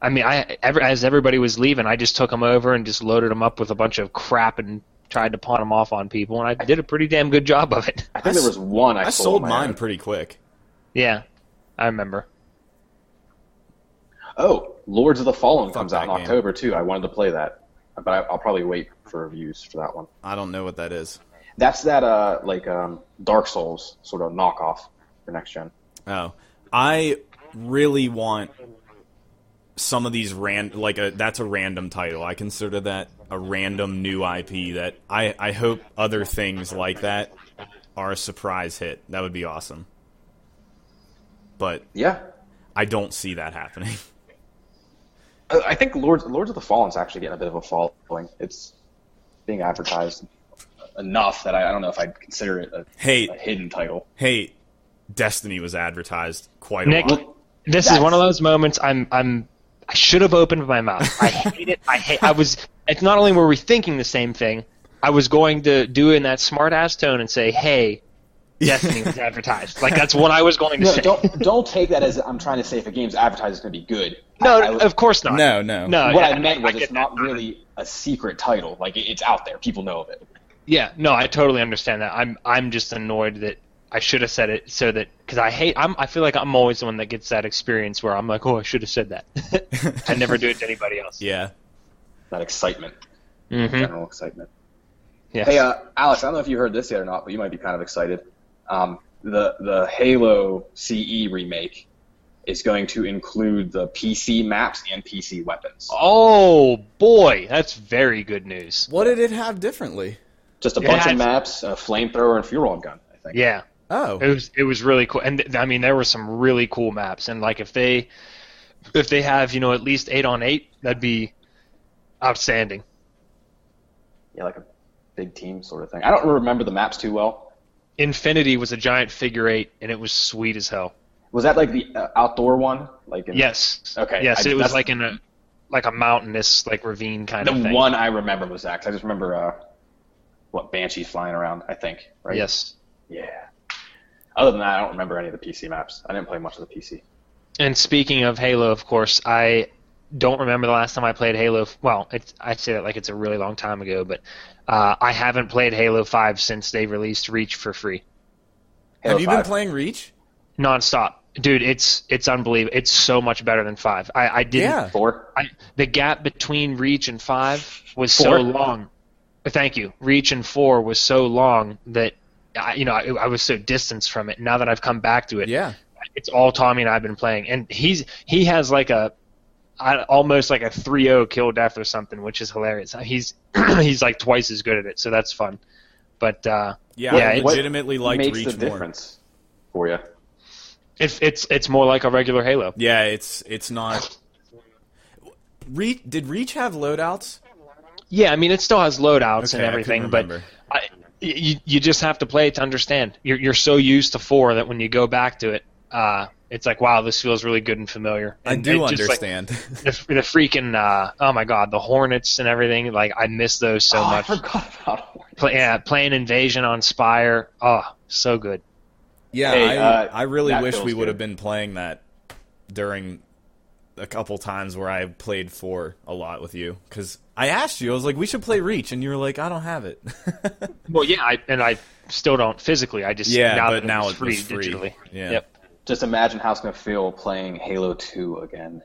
Speaker 3: I mean, I ever, as everybody was leaving, I just took them over and just loaded them up with a bunch of crap and tried to pawn them off on people, and I did a pretty damn good job of it.
Speaker 4: I think there was one I,
Speaker 1: I sold
Speaker 4: on my
Speaker 1: mine
Speaker 4: own.
Speaker 1: pretty quick.
Speaker 3: yeah, I remember.
Speaker 4: Oh, Lords of the Fallen comes
Speaker 1: that
Speaker 4: out in
Speaker 1: game.
Speaker 4: October too. I wanted to play that, but I, I'll probably wait for reviews for that one.
Speaker 1: I don't know what that is.
Speaker 4: That's that uh like um Dark Souls sort of knockoff for next gen.
Speaker 1: Oh, I really want some of these ran like a that's a random title. I consider that a random new IP that I I hope other things like that are a surprise hit. That would be awesome. But
Speaker 4: Yeah,
Speaker 1: I don't see that happening.
Speaker 4: I Uh, I think Lords Lords of the Fallen's actually getting a bit of a following. It's being advertised enough that I, I don't know if I'd consider it a,
Speaker 1: Hey.
Speaker 4: a hidden title.
Speaker 1: hey, Destiny was advertised quite
Speaker 3: Nick,
Speaker 1: a lot.
Speaker 3: this is
Speaker 4: That's-
Speaker 3: one of those moments I'm I'm I should have opened my mouth. I hate it. I hate. I was. It's not only were we thinking the same thing. I was going to do it in that smart ass tone and say, "Hey, Destiny was advertised." Like that's what I was going to
Speaker 4: No,
Speaker 3: say.
Speaker 4: don't don't take that as I'm trying to say if a game's advertised, it's going to be good.
Speaker 3: no,
Speaker 4: I- I-
Speaker 3: of course not.
Speaker 1: No, no.
Speaker 3: no.
Speaker 4: what
Speaker 3: yeah,
Speaker 4: I meant was
Speaker 3: get
Speaker 4: it's
Speaker 3: that.
Speaker 4: not really a secret title. Like it- it's out there, people know of it.
Speaker 3: Yeah, no, I totally understand that. I'm I'm just annoyed that I should have said it so that because I hate I'm I feel like I'm always the one that gets that experience where I'm like, oh, I should have said that. I never do it to anybody else.
Speaker 1: Yeah.
Speaker 4: That excitement,
Speaker 3: Mm-hmm.
Speaker 4: general excitement.
Speaker 3: Yes.
Speaker 4: Hey, uh, Alex, I don't know if you heard this yet or not, but you might be kind of excited. Um, the the Halo CE remake is going to include the PC maps and PC weapons.
Speaker 3: oh boy, that's very good news.
Speaker 1: What did it have differently?
Speaker 4: Just a
Speaker 3: Yeah,
Speaker 4: bunch
Speaker 3: it's-
Speaker 4: of maps, a flamethrower, and fuel gun. I think.
Speaker 3: Yeah,
Speaker 1: Oh.
Speaker 3: it was it was really cool, and th- I mean there were some really cool maps, and like if they if they have you know at least eight on eight, that'd be outstanding.
Speaker 4: Yeah, like a big team sort of thing. I don't remember the maps too well.
Speaker 3: Infinity was a giant figure eight, and it was sweet as hell.
Speaker 4: Was that like the uh, outdoor one? Like in,
Speaker 3: Yes.
Speaker 4: Okay,
Speaker 3: Yes,
Speaker 4: I-
Speaker 3: it was
Speaker 4: that's-
Speaker 3: like in a like a mountainous like ravine kind
Speaker 4: the
Speaker 3: of thing.
Speaker 4: one I remember was that. 'cause I just remember uh, what Banshee flying around. I think. Right.
Speaker 3: Yes.
Speaker 4: Yeah. Other than that, I don't remember any of the PC maps. I didn't play much of the PC.
Speaker 3: And speaking of Halo, of course, I don't remember the last time I played Halo. Well, it's, I say that like it's a really long time ago, but uh, I haven't played Halo Five since they released Reach for free,
Speaker 4: Halo
Speaker 1: have you been
Speaker 4: 5.
Speaker 1: playing Reach?
Speaker 3: nonstop. Dude, it's it's unbelievable. It's so much better than Five. I, I didn't.
Speaker 1: Yeah.
Speaker 4: Four.
Speaker 3: I, the gap between Reach and Five was
Speaker 4: Four?
Speaker 3: so long. Thank you. Reach and Four was so long that I, you know I, I was so distanced from it. Now that I've come back to it,
Speaker 1: Yeah.
Speaker 3: it's all Tommy and I've been playing, and he's he has like a I, almost like a 3-0 kill death or something, which is hilarious. He's he's like twice as good at it, so that's fun. But uh,
Speaker 1: Yeah,
Speaker 3: Yeah,
Speaker 1: I
Speaker 3: it-
Speaker 1: legitimately liked
Speaker 4: makes
Speaker 1: Reach
Speaker 4: the
Speaker 1: more.
Speaker 4: difference for you?
Speaker 3: it's it's it's more like a regular Halo.
Speaker 1: Yeah, it's it's not. Re- did Reach have loadouts?
Speaker 3: Yeah, I mean it still has loadouts
Speaker 1: Okay,
Speaker 3: and
Speaker 1: I couldn't
Speaker 3: everything, but
Speaker 1: remember.
Speaker 3: I, you you just have to play it to understand. You're you're so used to four that when you go back to it, uh, it's like wow, this feels really good and familiar.
Speaker 1: I
Speaker 3: And
Speaker 1: do
Speaker 3: it just, like,
Speaker 1: understand.
Speaker 3: the, the freaking uh, oh my god, the Hornets and everything. Like I miss those so
Speaker 4: oh,
Speaker 3: much.
Speaker 4: I forgot about one.
Speaker 3: Play, yeah, playing Invasion on Spire. Oh, so good.
Speaker 1: yeah, I,
Speaker 4: Hey, uh,
Speaker 1: I really
Speaker 4: that
Speaker 1: wish we
Speaker 4: feels
Speaker 1: would have
Speaker 4: good.
Speaker 1: been playing that during a couple times where I played four a lot with you because I asked you, I was like, we should play Reach, and you were like, I don't have it.
Speaker 3: Well, yeah, I, and I still don't physically. I just
Speaker 1: yeah,
Speaker 3: now
Speaker 1: but
Speaker 3: that
Speaker 1: now
Speaker 3: it's free, digitally.
Speaker 1: Yeah,
Speaker 3: Yep,
Speaker 4: Just imagine how it's gonna feel playing Halo Two again.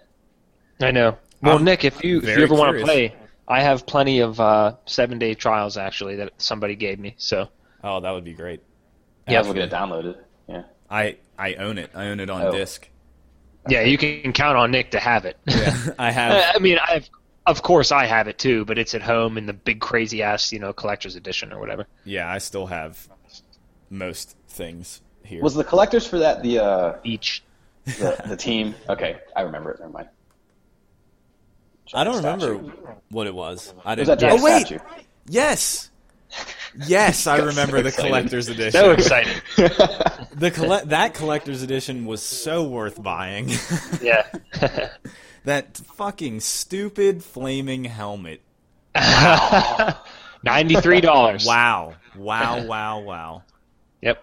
Speaker 3: I know. Well,
Speaker 1: I'm
Speaker 3: Nick, if you if
Speaker 1: very
Speaker 3: you ever want to
Speaker 1: curious.
Speaker 3: play, I have plenty of uh, seven day trials actually that somebody gave me. So
Speaker 1: Oh, that would be great.
Speaker 4: Yeah, we'll get it downloaded. Yeah.
Speaker 1: I I own it. I own it on
Speaker 4: Oh.
Speaker 1: disc.
Speaker 3: yeah, you can count on Nick to have it.
Speaker 1: I
Speaker 3: I
Speaker 1: have.
Speaker 3: I mean, I've of course I have it too, but it's at home in the big crazy ass you know collector's edition or whatever.
Speaker 1: Yeah, I still have most things here.
Speaker 4: Was the collectors for that the uh,
Speaker 3: Each
Speaker 4: the, the team? Okay, I remember it. Never mind.
Speaker 1: I don't
Speaker 4: Statue.
Speaker 1: remember what it was. I
Speaker 4: It was
Speaker 1: didn't.
Speaker 4: that giant
Speaker 1: oh wait,
Speaker 4: statue.
Speaker 1: yes, yes, I remember the
Speaker 4: excited.
Speaker 1: collector's edition.
Speaker 3: so excited.
Speaker 1: the colle- that collector's edition was so worth buying.
Speaker 3: yeah.
Speaker 1: that fucking stupid flaming helmet.
Speaker 3: Ninety-three dollars.
Speaker 1: Wow, wow, wow, wow.
Speaker 3: Yep.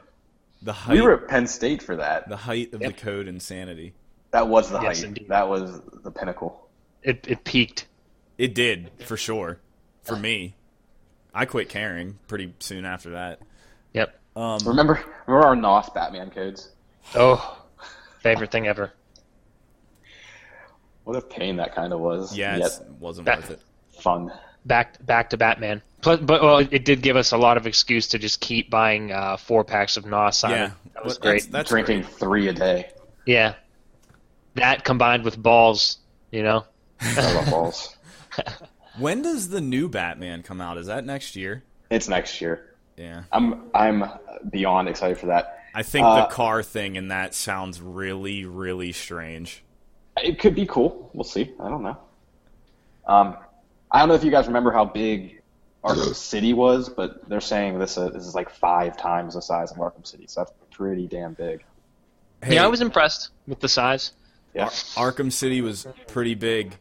Speaker 1: The height,
Speaker 4: We were at Penn State for that.
Speaker 1: the height of
Speaker 3: Yep.
Speaker 1: the code insanity.
Speaker 4: That was the
Speaker 3: Yes,
Speaker 4: height.
Speaker 3: indeed.
Speaker 4: That was the pinnacle.
Speaker 3: It it peaked.
Speaker 1: It did for sure. For me, I quit caring pretty soon after that.
Speaker 3: Yep.
Speaker 1: Um,
Speaker 4: Remember, remember our NOS Batman codes.
Speaker 3: Oh, favorite thing ever.
Speaker 4: What a pain that kind of was.
Speaker 1: Yeah,
Speaker 4: yet
Speaker 1: it's it wasn't
Speaker 3: That-
Speaker 1: worth it.
Speaker 4: fun.
Speaker 3: Back back to Batman. Plus, but well, it did give us a lot of excuse to just keep buying uh, four packs of NOS. on it.
Speaker 1: Yeah,
Speaker 3: that was
Speaker 1: Well,
Speaker 3: great.
Speaker 1: That's, that's
Speaker 4: Drinking three a day.
Speaker 3: Yeah, that combined with balls, you know.
Speaker 4: I love balls.
Speaker 1: When does the new Batman come out? Is that next year?
Speaker 4: It's next year.
Speaker 1: Yeah.
Speaker 4: I'm I'm beyond excited for that.
Speaker 1: I think
Speaker 4: Uh,
Speaker 1: the car thing in that sounds really, really strange.
Speaker 4: It could be cool. We'll see. I don't know. Um, I don't know if you guys remember how big Arkham City was, but they're saying this uh, this is like five times the size of Arkham City, so that's pretty damn big.
Speaker 1: Hey,
Speaker 3: Yeah, I was impressed with the size.
Speaker 4: Yeah.
Speaker 1: Arkham City was pretty big.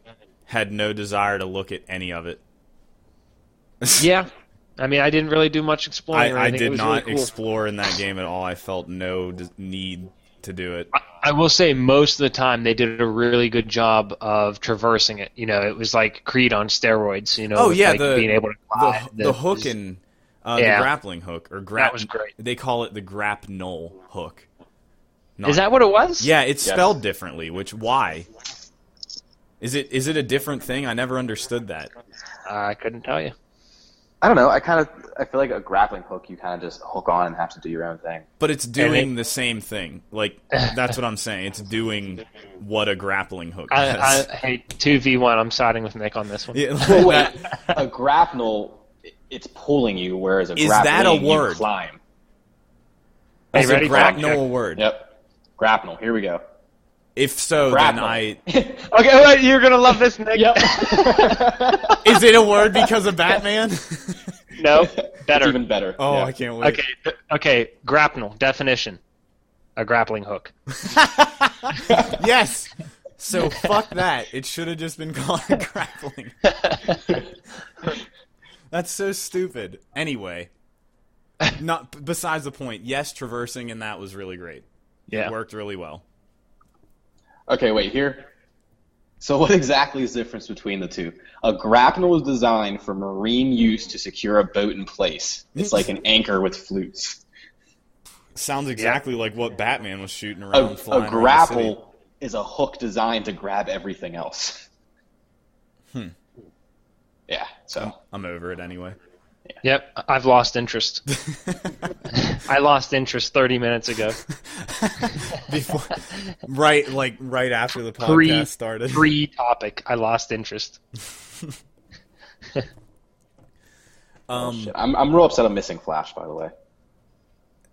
Speaker 1: Had no desire to look at any of it.
Speaker 3: Yeah. I mean, I didn't really do much exploring.
Speaker 1: I,
Speaker 3: or
Speaker 1: I
Speaker 3: anything. It
Speaker 1: did
Speaker 3: was
Speaker 1: not
Speaker 3: really cool.
Speaker 1: explore in that game at all. I felt no d- need to do it.
Speaker 3: I- I will say most of the time they did a really good job of traversing it. You know, it was like Creed on steroids. You know,
Speaker 1: Oh,
Speaker 3: with,
Speaker 1: yeah,
Speaker 3: like,
Speaker 1: the-
Speaker 3: being able to
Speaker 1: The,
Speaker 3: glide,
Speaker 1: the
Speaker 3: that
Speaker 1: hook
Speaker 3: was-
Speaker 1: and uh,
Speaker 3: Yeah.
Speaker 1: the grappling hook or grap-
Speaker 3: That was great.
Speaker 1: They call it the grapnol hook. Not-
Speaker 3: is that what it was?
Speaker 1: Yeah, it's
Speaker 4: Yes.
Speaker 1: spelled differently. Which why? Is it is it a different thing? I never understood that.
Speaker 3: Uh, I couldn't tell you.
Speaker 4: I don't know. I kind of I feel like a grappling hook. You kind of just hook on and have to do your own thing.
Speaker 1: But it's
Speaker 3: it-
Speaker 1: doing the same thing. Like that's what I'm saying. It's doing what a grappling hook does.
Speaker 3: I, I hey two v one. I'm siding with Nick on this one.
Speaker 1: Yeah, like
Speaker 4: But
Speaker 1: that-
Speaker 4: wait, a grapnel, i- it's pulling you, whereas a
Speaker 1: Is
Speaker 4: grappling
Speaker 1: that a word?
Speaker 4: you climb.
Speaker 3: Hey,
Speaker 1: is a
Speaker 3: ready?
Speaker 1: grapnel a word?
Speaker 4: Yep. Grapnel. Here we go.
Speaker 1: If so,
Speaker 4: Grapnel.
Speaker 1: then I
Speaker 3: Okay, wait, you're gonna love this, Nick.
Speaker 4: Yep.
Speaker 1: is it a word because of Batman?
Speaker 3: No,
Speaker 4: It's
Speaker 3: better.
Speaker 4: even better.
Speaker 1: oh,
Speaker 4: Yeah.
Speaker 1: I can't wait.
Speaker 3: Okay, th- okay. Grapnel definition: a grappling hook.
Speaker 1: Yes. So fuck that. It should have just been called a grappling. That's so stupid. Anyway, not b- besides the point. Yes, traversing and that was really great.
Speaker 3: Yeah.
Speaker 1: It worked really well.
Speaker 4: Okay, wait, here. So, what exactly is the difference between the two? A grapnel was designed for marine use to secure a boat in place. It's like an anchor with flutes.
Speaker 1: Sounds exactly like what Batman was shooting
Speaker 4: A,
Speaker 1: around. flying
Speaker 4: a
Speaker 1: around the city.
Speaker 4: grapple is a hook designed to grab everything else.
Speaker 1: Hmm.
Speaker 4: Yeah, so.
Speaker 1: I'm over it anyway.
Speaker 3: Yep, I- I've lost interest. I lost interest 30 minutes ago.
Speaker 1: Before, right, like right after the podcast
Speaker 3: Pre-
Speaker 1: started.
Speaker 3: Free topic. I lost interest.
Speaker 1: um,
Speaker 4: oh, Shit, I'm, I'm real upset I'm missing Flash, by the way.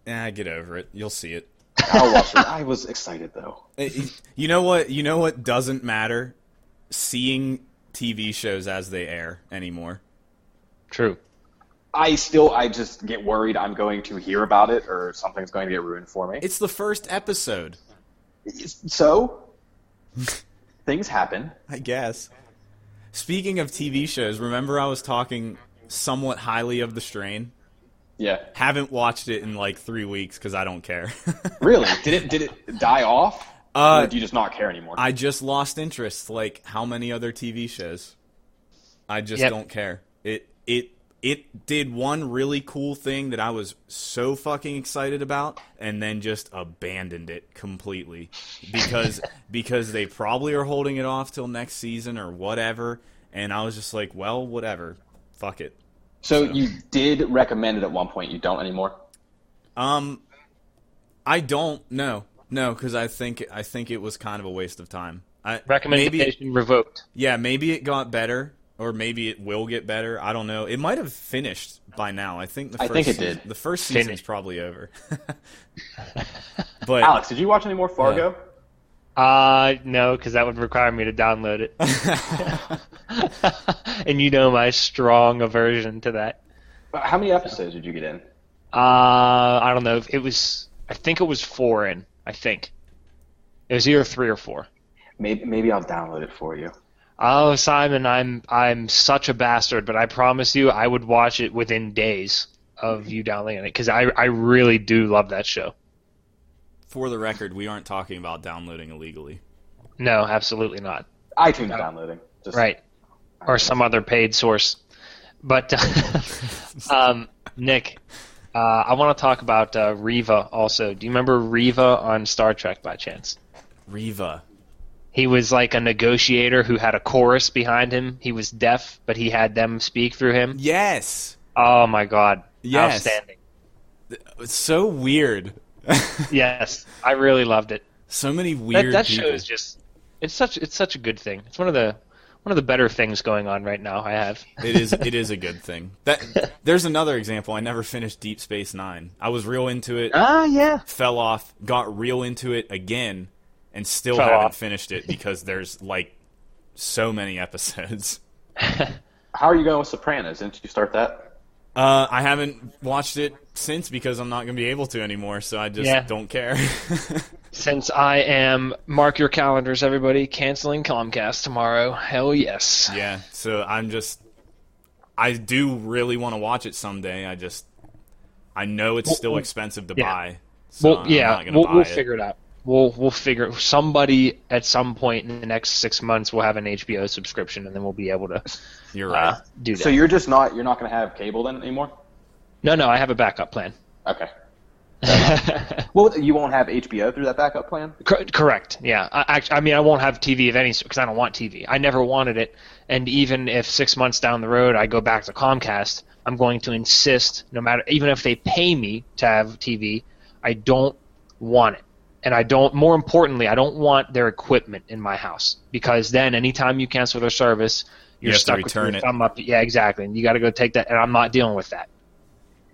Speaker 1: nah, get over it. You'll see it.
Speaker 4: I'll watch it. I was excited, though.
Speaker 1: Uh, You know what? You know what doesn't matter? Seeing TV shows as they air anymore.
Speaker 3: True.
Speaker 4: I still, I just get worried I'm going to hear about it or something's going to get ruined for me.
Speaker 1: It's the first episode,
Speaker 4: So, things happen.
Speaker 1: I guess. Speaking of TV shows, remember I was talking somewhat highly of The Strain?
Speaker 4: Yeah.
Speaker 1: Haven't watched it in like three weeks because I don't care.
Speaker 4: Really? Did it did it die off?
Speaker 1: Uh,
Speaker 4: or do you just not care anymore?
Speaker 1: I just lost interest, like how many other TV shows. I just
Speaker 3: Yep.
Speaker 1: don't care. It it it did one really cool thing that I was so fucking excited about and then just abandoned it completely because because they probably are holding it off till next season or whatever and I was just like, well, whatever. Fuck it.
Speaker 4: so you did recommend it at one point. You don't anymore.
Speaker 1: Um I don't know. No, cuz I think I think it was kind of a waste of time. I maybe-
Speaker 3: Recommendation revoked.
Speaker 1: Yeah, maybe it got better, or maybe it will get better. I don't know. It might have finished by now. I think the
Speaker 4: I
Speaker 1: first
Speaker 4: think it
Speaker 1: season-
Speaker 4: did.
Speaker 1: The first season's
Speaker 3: Finished.
Speaker 1: probably over. but
Speaker 4: Alex, did you watch any more Fargo?
Speaker 3: Uh, no, because that would require me to download it. and you know my strong aversion to that.
Speaker 4: Uh, How many episodes did you get in?
Speaker 3: Uh, I don't know. if It was, I think it was four in, I think. It was either three or four.
Speaker 4: Maybe maybe I'll download it for you.
Speaker 3: Oh, Simon, I'm I'm such a bastard, but I promise you, I would watch it within days of you downloading it because I I really do love that show.
Speaker 1: for the record, we aren't talking about downloading illegally.
Speaker 3: No, absolutely not.
Speaker 4: iTunes downloading. Just,
Speaker 3: Right, or some other paid source. But um, Nick, uh, I want to talk about uh, Reva also. Do you remember Reva on Star Trek by chance?
Speaker 1: Riva.
Speaker 3: He was like a negotiator who had a chorus behind him. He was deaf, but he had them speak through him.
Speaker 1: Yes.
Speaker 3: Oh my God!
Speaker 1: Yes.
Speaker 3: Outstanding.
Speaker 1: It's so weird.
Speaker 3: Yes, I really loved it.
Speaker 1: so many weird.
Speaker 3: That, that
Speaker 1: people.
Speaker 3: show is just it's such it's such a good thing. It's one of the one of the better things going on right now. I have.
Speaker 1: It is it is a good thing. That there's another example. I never finished Deep Space Nine. I was real into it,
Speaker 3: Ah, yeah.
Speaker 1: fell off, got real into it again, and still
Speaker 3: Fell
Speaker 1: haven't
Speaker 3: off.
Speaker 1: finished it because there's like so many episodes.
Speaker 4: How are you going with Sopranos? Didn't you start that?
Speaker 1: Uh, I haven't watched it since because I'm not gonna be able to anymore. So I just
Speaker 3: Yeah.
Speaker 1: don't care.
Speaker 3: Since I am, mark your calendars, everybody, canceling Comcast tomorrow. Hell yes.
Speaker 1: yeah. So I'm just. I do really want to watch it someday. I just. I know it's still expensive to
Speaker 3: yeah.
Speaker 1: buy. So
Speaker 3: Well,
Speaker 1: I'm
Speaker 3: yeah,
Speaker 1: not gonna
Speaker 3: we'll,
Speaker 1: buy
Speaker 3: we'll
Speaker 1: it.
Speaker 3: figure it out. We'll we'll figure. Somebody at some point in the next six months will have an HBO subscription, and then we'll be able to
Speaker 1: You're right.
Speaker 3: uh, do that.
Speaker 4: So you're just not you're not going to have cable then anymore?
Speaker 3: no, no, I have a backup plan.
Speaker 4: Okay. Well, you won't have HBO through that backup plan.
Speaker 3: Cor- correct. Yeah. I, act- I mean, I won't have TV of any sort because I don't want TV. I never wanted it, and even if six months down the road I go back to Comcast, I'm going to insist, no matter even if they pay me to have TV, I don't want it. And I don't. More importantly, I don't want their equipment in my house because then anytime you cancel their service, you're
Speaker 1: have to
Speaker 3: stuck with your
Speaker 1: return it.
Speaker 3: thumb up. Yeah, exactly. And you got to go take that. And I'm not dealing with that.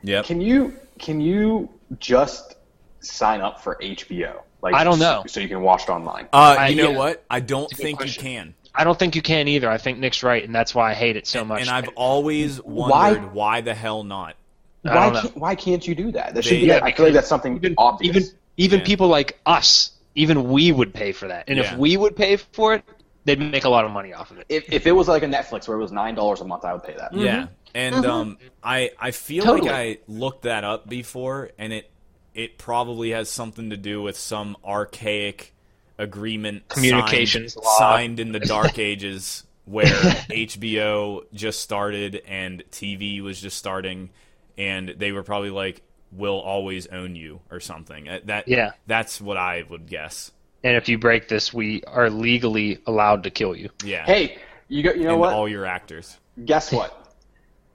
Speaker 1: Yep.
Speaker 4: Can you can you just sign up for HBO? Like
Speaker 3: I don't know.
Speaker 4: so, so you can watch it online.
Speaker 1: Uh,
Speaker 3: I-
Speaker 1: you know
Speaker 3: yeah.
Speaker 1: what? I don't
Speaker 3: good
Speaker 1: think you
Speaker 3: question.
Speaker 1: can.
Speaker 3: I don't think you can either. I think Nick's right, and that's why I hate it so much.
Speaker 1: And I've always
Speaker 4: Why-
Speaker 1: wondered why the hell not.
Speaker 3: I
Speaker 4: why
Speaker 3: don't know.
Speaker 4: can't why can't you do that? That
Speaker 1: They-
Speaker 4: should be,
Speaker 1: Yeah,
Speaker 4: I feel like that's something
Speaker 3: even
Speaker 4: obvious.
Speaker 3: even even
Speaker 1: Yeah.
Speaker 3: people like us, even we would pay for that. And
Speaker 1: Yeah.
Speaker 3: if we would pay for it, they'd make a lot of money off of it.
Speaker 4: if, if it was like a Netflix where it was nine dollars a month, I would pay that.
Speaker 1: Yeah. And um, I I feel
Speaker 3: Mm-hmm. Totally.
Speaker 1: like I looked that up before, and it it probably has something to do with some archaic agreement signed-
Speaker 3: Communications
Speaker 1: signed,
Speaker 3: law.
Speaker 1: in the dark ages where HBO just started and TV was just starting, and they were probably like, "We'll always own you" or something. Uh, That
Speaker 3: Yeah.
Speaker 1: that's what I would guess.
Speaker 3: And if you break this, we are legally allowed to kill you.
Speaker 1: Yeah.
Speaker 4: Hey, you go, you know
Speaker 1: and
Speaker 4: what?
Speaker 1: all your actors.
Speaker 4: Guess what?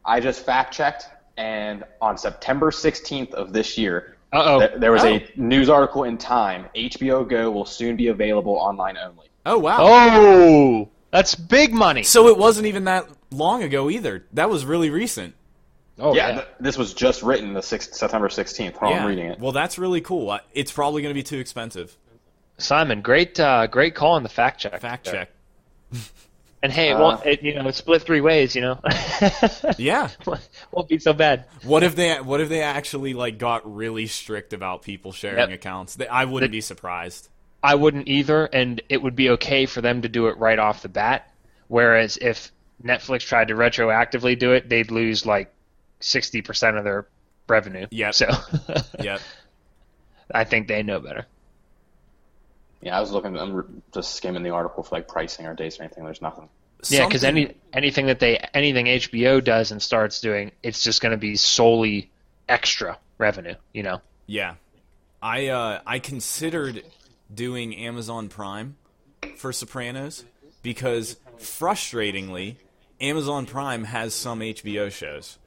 Speaker 4: I just fact checked, and on September 16th of this year,
Speaker 3: Uh-oh.
Speaker 4: th- there was
Speaker 3: oh.
Speaker 4: a news article in Time. HBO Go will soon be available online only.
Speaker 1: Oh wow.
Speaker 3: Oh, that's big money.
Speaker 1: So it wasn't even that long ago either. That was really recent.
Speaker 3: oh
Speaker 4: yeah, th- this was just written the 6th, September 16th.
Speaker 1: Oh,
Speaker 4: Hold on, I'm reading it.
Speaker 1: Well, that's really cool. I- It's probably going to be too expensive.
Speaker 3: Simon, great, uh, great call on the fact check.
Speaker 1: Fact
Speaker 3: there.
Speaker 1: check.
Speaker 3: And hey, it
Speaker 4: Uh,
Speaker 3: won't, it, you know, it's split three ways. You know,
Speaker 1: Yeah.
Speaker 3: won't be so bad.
Speaker 1: What if they what if they actually like got really strict about people sharing
Speaker 3: Yep.
Speaker 1: accounts? They- I wouldn't be surprised.
Speaker 3: I wouldn't either, and it would be okay for them to do it right off the bat. Whereas if Netflix tried to retroactively do it, they'd lose like sixty percent of their revenue.
Speaker 1: Yep.
Speaker 3: So
Speaker 1: Yep.
Speaker 3: I think they know better.
Speaker 4: Yeah, I was looking. I'm re- just skimming the article for like pricing or dates or anything. There's nothing.
Speaker 3: Yeah, because
Speaker 1: Something-
Speaker 3: any anything that they anything HBO does and starts doing, it's just going to be solely extra revenue. You know.
Speaker 1: Yeah. I uh I considered doing Amazon Prime for Sopranos because frustratingly, Amazon Prime has some HBO shows.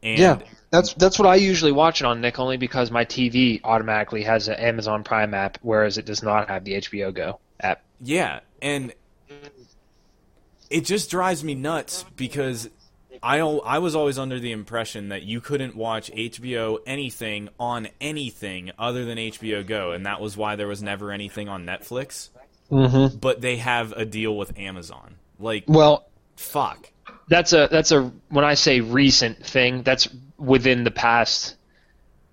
Speaker 1: And
Speaker 3: that's that's what I usually watch it on Nick, only because my TV automatically has an Amazon Prime app, whereas it does not have the HBO Go app.
Speaker 1: Yeah, and it just drives me nuts because I al- I was always under the impression that you couldn't watch HBO anything on anything other than HBO Go, and that was why there was never anything on Netflix. Mm-hmm. But they have a deal with Amazon. Like,
Speaker 3: Well,
Speaker 1: fuck.
Speaker 3: that's a that's a when I say recent thing, that's within the past.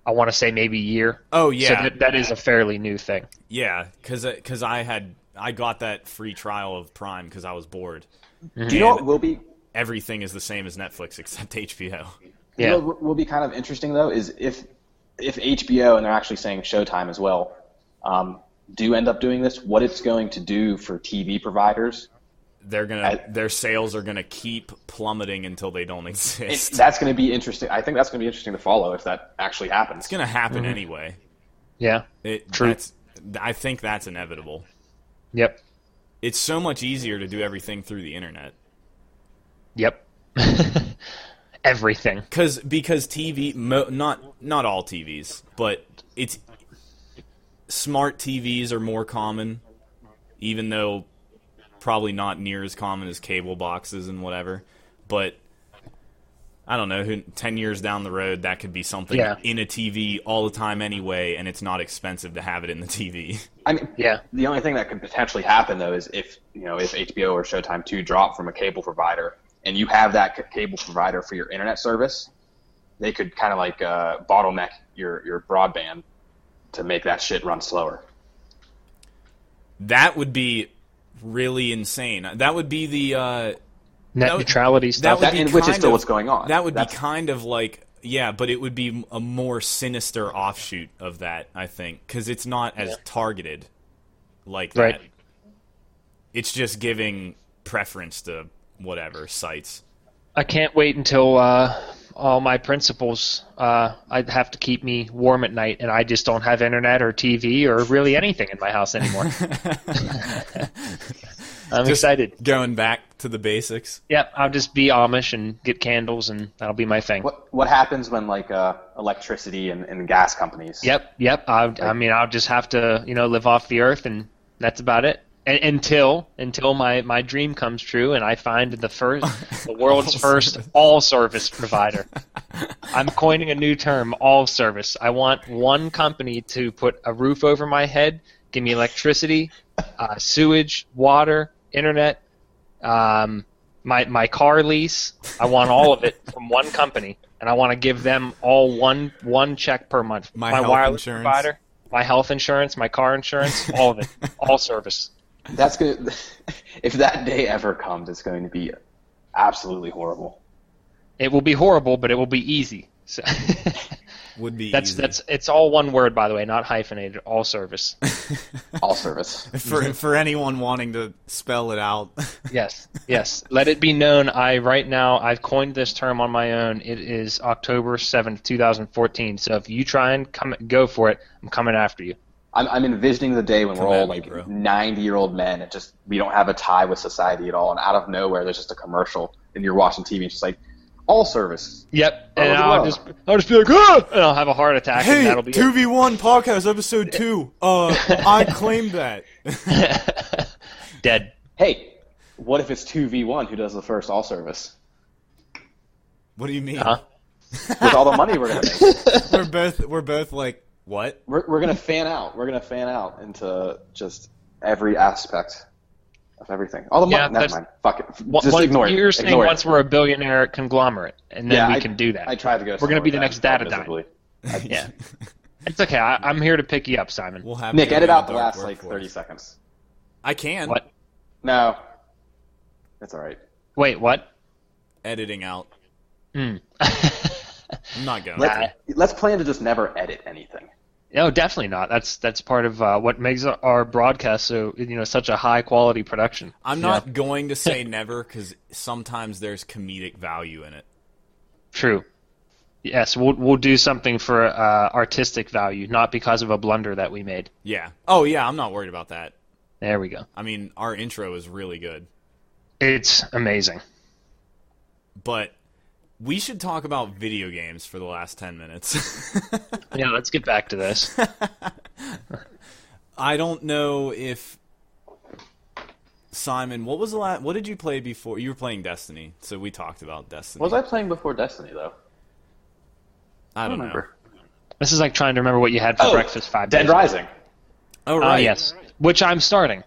Speaker 3: I want to say maybe year.
Speaker 1: Oh yeah,
Speaker 3: So that, that is a fairly new thing.
Speaker 1: yeah. Because because I had I got that free trial of Prime because I was bored.
Speaker 4: Do you know what will be?
Speaker 1: Everything is the same as Netflix except HBO.
Speaker 3: Yeah.
Speaker 4: You know what will be kind of interesting though is if if HBO and they're actually saying Showtime as well um, do end up doing this, what it's going to do for TV providers.
Speaker 1: they're gonna their sales are gonna keep plummeting until they don't
Speaker 4: It,
Speaker 1: exist.
Speaker 4: that's going to be interesting. I think that's going to be interesting to follow if that actually happens.
Speaker 1: it's gonna happen anyway.
Speaker 3: Yeah.
Speaker 1: It,
Speaker 3: Mm-hmm. True.
Speaker 1: That's, I think that's inevitable.
Speaker 3: Yep.
Speaker 1: It's so much easier to do everything through the internet
Speaker 3: Yep. Everything.
Speaker 1: because because TV mo, not not all TVs, but it's smart TVs are more common, even though probably not near as common as cable boxes and whatever, but I don't know. Who, Ten years down the road, that could be something
Speaker 3: Yeah.
Speaker 1: in a TV all the time anyway, and it's not expensive to have it in the TV.
Speaker 4: I mean,
Speaker 3: Yeah.
Speaker 4: The only thing that could potentially happen though is if you know if HBO or Showtime two drop from a cable provider, and you have that c- cable provider for your internet service, they could kind of like uh, bottleneck your your broadband to make that shit run slower.
Speaker 1: That would be really insane. That would be the uh,
Speaker 3: Net
Speaker 1: That would-
Speaker 3: neutrality stuff.
Speaker 1: would
Speaker 4: That,
Speaker 1: be
Speaker 4: and which
Speaker 1: kind
Speaker 4: is still
Speaker 1: of-
Speaker 4: what's going on.
Speaker 1: that would be
Speaker 4: That's-
Speaker 1: kind of like yeah, but it would be a more sinister offshoot of that, I think, because it's not as targeted like that.
Speaker 3: Right.
Speaker 1: It's just giving preference to whatever sites.
Speaker 3: I can't wait until uh, all my principals uh, I have to keep me warm at night, and I just don't have internet or TV or really anything in my house anymore. I'm excited.
Speaker 1: Going back to the basics.
Speaker 3: Yep, I'll just be Amish and get candles, and that'll be my thing.
Speaker 4: what what happens when like uh, electricity and, and gas companies.
Speaker 3: Yep, yep. I, I mean, I'll just have to, you know, live off the earth, and that's about it. And, until until my, my dream comes true, and I find the first, the world's first all service provider. I'm coining a new term, all service. I want one company to put a roof over my head, give me electricity, uh, sewage, water, internet, um, my my car lease. I want all of it from one company, and I want to give them all one one check per month.
Speaker 1: My health
Speaker 3: wireless
Speaker 1: insurance.
Speaker 3: provider, my health insurance, my car insurance, all of it, all service.
Speaker 4: That's gonna. If that day ever comes, it's going to be absolutely horrible.
Speaker 3: It will be horrible, but it will be easy. So
Speaker 1: Would be
Speaker 3: that's
Speaker 1: easy.
Speaker 3: that's it's all one word, by the way, not hyphenated. All service.
Speaker 4: All service.
Speaker 1: for for anyone wanting to spell it out.
Speaker 3: Yes, yes. Let it be known. I right now I've coined this term on my own. It is October seventh, two thousand fourteen. So if you try and come go for it, I'm coming after you.
Speaker 4: I'm, I'm envisioning the day when
Speaker 1: Come
Speaker 4: we're
Speaker 1: at
Speaker 4: all
Speaker 1: me,
Speaker 4: like
Speaker 1: bro.
Speaker 4: 90 year old men and just we don't have a tie with society at all, and out of nowhere there's just a commercial and you're watching TV and it's just like all service.
Speaker 3: Yep.
Speaker 4: Oh,
Speaker 3: And
Speaker 4: look at
Speaker 3: I'll
Speaker 4: that.
Speaker 3: just I'll just be like, ah! and I'll have a heart attack, and that'll be it.
Speaker 1: v one podcast episode two. Uh, I claim that.
Speaker 3: dead.
Speaker 4: Hey, what if it's two v one? Who does the first all service
Speaker 1: What do you mean?
Speaker 3: Huh?
Speaker 4: with all the money we're gonna make?
Speaker 1: We're both we're both like what?
Speaker 4: We're, we're gonna fan out. We're gonna fan out into just every aspect of everything. All the
Speaker 3: Yeah,
Speaker 4: money. Never
Speaker 3: that's-
Speaker 4: mind. Fuck it.
Speaker 3: One-
Speaker 4: Just
Speaker 3: one-
Speaker 4: ignore it.
Speaker 3: You're saying
Speaker 4: Ignore it.
Speaker 3: once we're a billionaire conglomerate, and then
Speaker 4: Yeah,
Speaker 3: we
Speaker 4: I-
Speaker 3: can do that.
Speaker 4: I tried to go.
Speaker 3: We're gonna be the
Speaker 4: somewhere
Speaker 3: next
Speaker 4: with that,
Speaker 3: data
Speaker 4: but
Speaker 3: dime.
Speaker 4: visibly.
Speaker 3: yeah. It's okay. I, I'm here to pick you up, Simon.
Speaker 1: We'll have
Speaker 4: Nick,
Speaker 1: to
Speaker 4: edit
Speaker 1: be
Speaker 4: out the
Speaker 1: dark
Speaker 4: last like
Speaker 1: workforce.
Speaker 4: 30 seconds.
Speaker 1: I can
Speaker 3: what?
Speaker 4: No, that's all right.
Speaker 3: Wait, what?
Speaker 1: editing out.
Speaker 3: Hmm.
Speaker 1: I'm not going.
Speaker 4: Let's,
Speaker 3: Nah.
Speaker 4: let's plan to just never edit anything.
Speaker 3: No, definitely not. That's that's part of uh, what makes our broadcast so you know such a high quality production.
Speaker 1: I'm not going to say never because sometimes there's comedic value in it.
Speaker 3: True. Yes, we'll we'll do something for uh, artistic value, not because of a blunder that we made.
Speaker 1: Yeah. Oh yeah, I'm not worried about that.
Speaker 3: There we go.
Speaker 1: I mean, our intro is really good,
Speaker 3: It's amazing.
Speaker 1: but we should talk about video games for the last ten minutes.
Speaker 3: Yeah, let's get back to this.
Speaker 1: I don't know if Simon, what was the last? What did you play before? You were playing Destiny, so we talked about Destiny.
Speaker 4: What was I playing before Destiny though?
Speaker 1: I don't know.
Speaker 4: remember.
Speaker 3: This is like trying to remember what you had for
Speaker 4: Oh,
Speaker 3: breakfast five
Speaker 4: Dead
Speaker 3: days. ago.
Speaker 4: Rising.
Speaker 1: Oh
Speaker 3: Ah,
Speaker 1: right.
Speaker 3: yes, which I'm starting.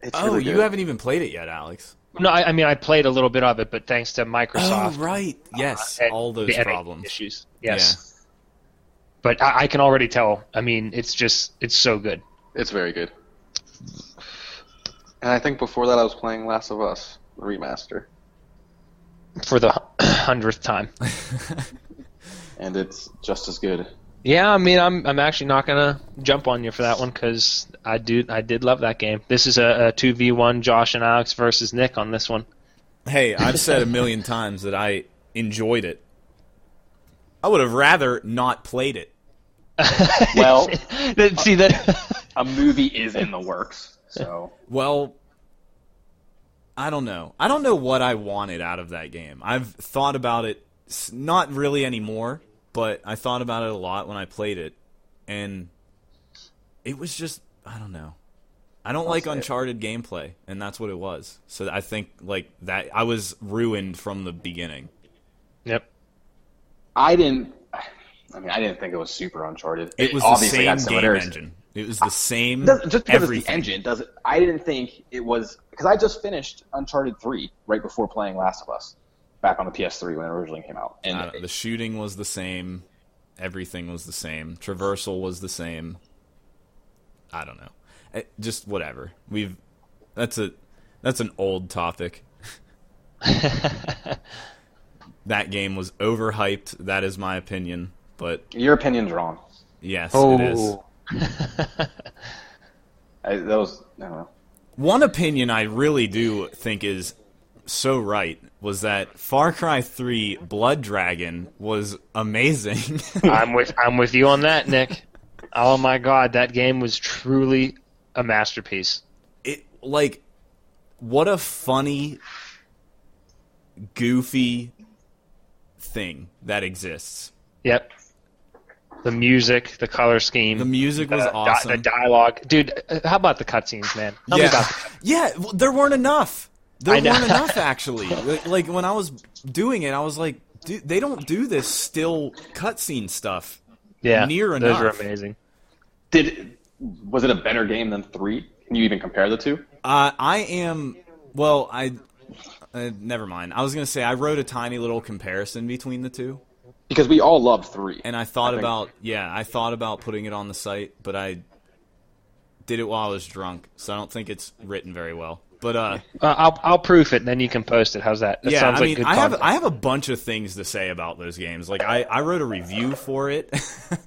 Speaker 4: It's
Speaker 1: Oh,
Speaker 4: really
Speaker 1: you
Speaker 4: good.
Speaker 1: haven't even played it yet, Alex.
Speaker 3: No, I, I mean I played a little bit of it, but thanks to
Speaker 1: Oh
Speaker 3: Microsoft, Uh,
Speaker 1: right. Yes.
Speaker 3: and
Speaker 1: all those
Speaker 3: the NA
Speaker 1: problems.
Speaker 3: issues. Yes, but I, I can already tell. I mean, it's just it's so good.
Speaker 4: It's very good. And I think before that, I was playing Last of Us the remaster,
Speaker 3: for the hundredth time.
Speaker 4: and it's just as good.
Speaker 3: Yeah, I mean, I'm I'm actually not gonna jump on you for that one because I do I did love that game. This is a two v one Josh and Alex versus Nick on this one.
Speaker 1: Hey, I've said a million times that I enjoyed it. I would have rather not played it.
Speaker 4: Well,
Speaker 3: That- See that?
Speaker 4: a movie is in the works, so
Speaker 1: Well, I don't know. I don't know what I wanted out of that game. I've thought about it, s- not really anymore, but I thought about it a lot when I played it, and it was just I don't know. I don't like Uncharted gameplay, and that's what it was. So I think like that I was ruined from the beginning.
Speaker 3: Yep.
Speaker 4: I didn't. I mean, I didn't think it was super Uncharted.
Speaker 1: It was the
Speaker 4: obviously
Speaker 1: same
Speaker 4: had
Speaker 1: game
Speaker 4: similarities.
Speaker 1: engine. It was the same
Speaker 4: Doesn't- just because it's the
Speaker 1: everything.
Speaker 4: engine doesn't. I didn't think it was because I just finished Uncharted three right before playing Last of Us back on the PS3 when it originally came out, and
Speaker 1: I don't- Uh, the shooting was the same. Everything was the same. Traversal was the same. I don't know. It, just whatever. We've that's a that's an old topic. that game was overhyped. That is my opinion. But
Speaker 4: your opinion's wrong.
Speaker 1: yes, it is.
Speaker 3: Oh,
Speaker 4: I, that was I don't know.
Speaker 1: One opinion I really do think is so right was that Far Cry 3 Blood Dragon was amazing.
Speaker 3: I'm with I'm with you on that, Nick. Oh my God, that game was truly a masterpiece.
Speaker 1: it like what a funny goofy thing that exists
Speaker 3: Yep. The music, the color scheme,
Speaker 1: the music was
Speaker 3: the, Uh, di-
Speaker 1: awesome
Speaker 3: the dialogue, dude. uh, How about the cutscenes, man? Tell me
Speaker 1: yeah
Speaker 3: about the
Speaker 1: yeah well, there weren't enough there
Speaker 3: I know.
Speaker 1: weren't enough actually like, like, when i was doing it i was like dude, they don't do this still cutscene stuff
Speaker 3: yeah.
Speaker 1: Near
Speaker 3: those
Speaker 1: enough.
Speaker 3: are amazing.
Speaker 4: Did was it a better game than three? Can you even compare the two?
Speaker 1: uh, i am well i uh, never mind i was going to say i wrote a tiny little comparison between the two
Speaker 4: Because we all love three.
Speaker 1: and I thought
Speaker 4: think-
Speaker 1: about yeah, I thought about putting it on the site, but I did it while I was drunk, so I don't think it's written very well. But uh,
Speaker 3: Uh, I'll I'll proof it, and then you can post it. How's that? That
Speaker 1: yeah,
Speaker 3: sounds
Speaker 1: I
Speaker 3: like
Speaker 1: mean,
Speaker 3: good
Speaker 1: I have
Speaker 3: content.
Speaker 1: I have a bunch of things to say about those games. Like I, I wrote a review for it,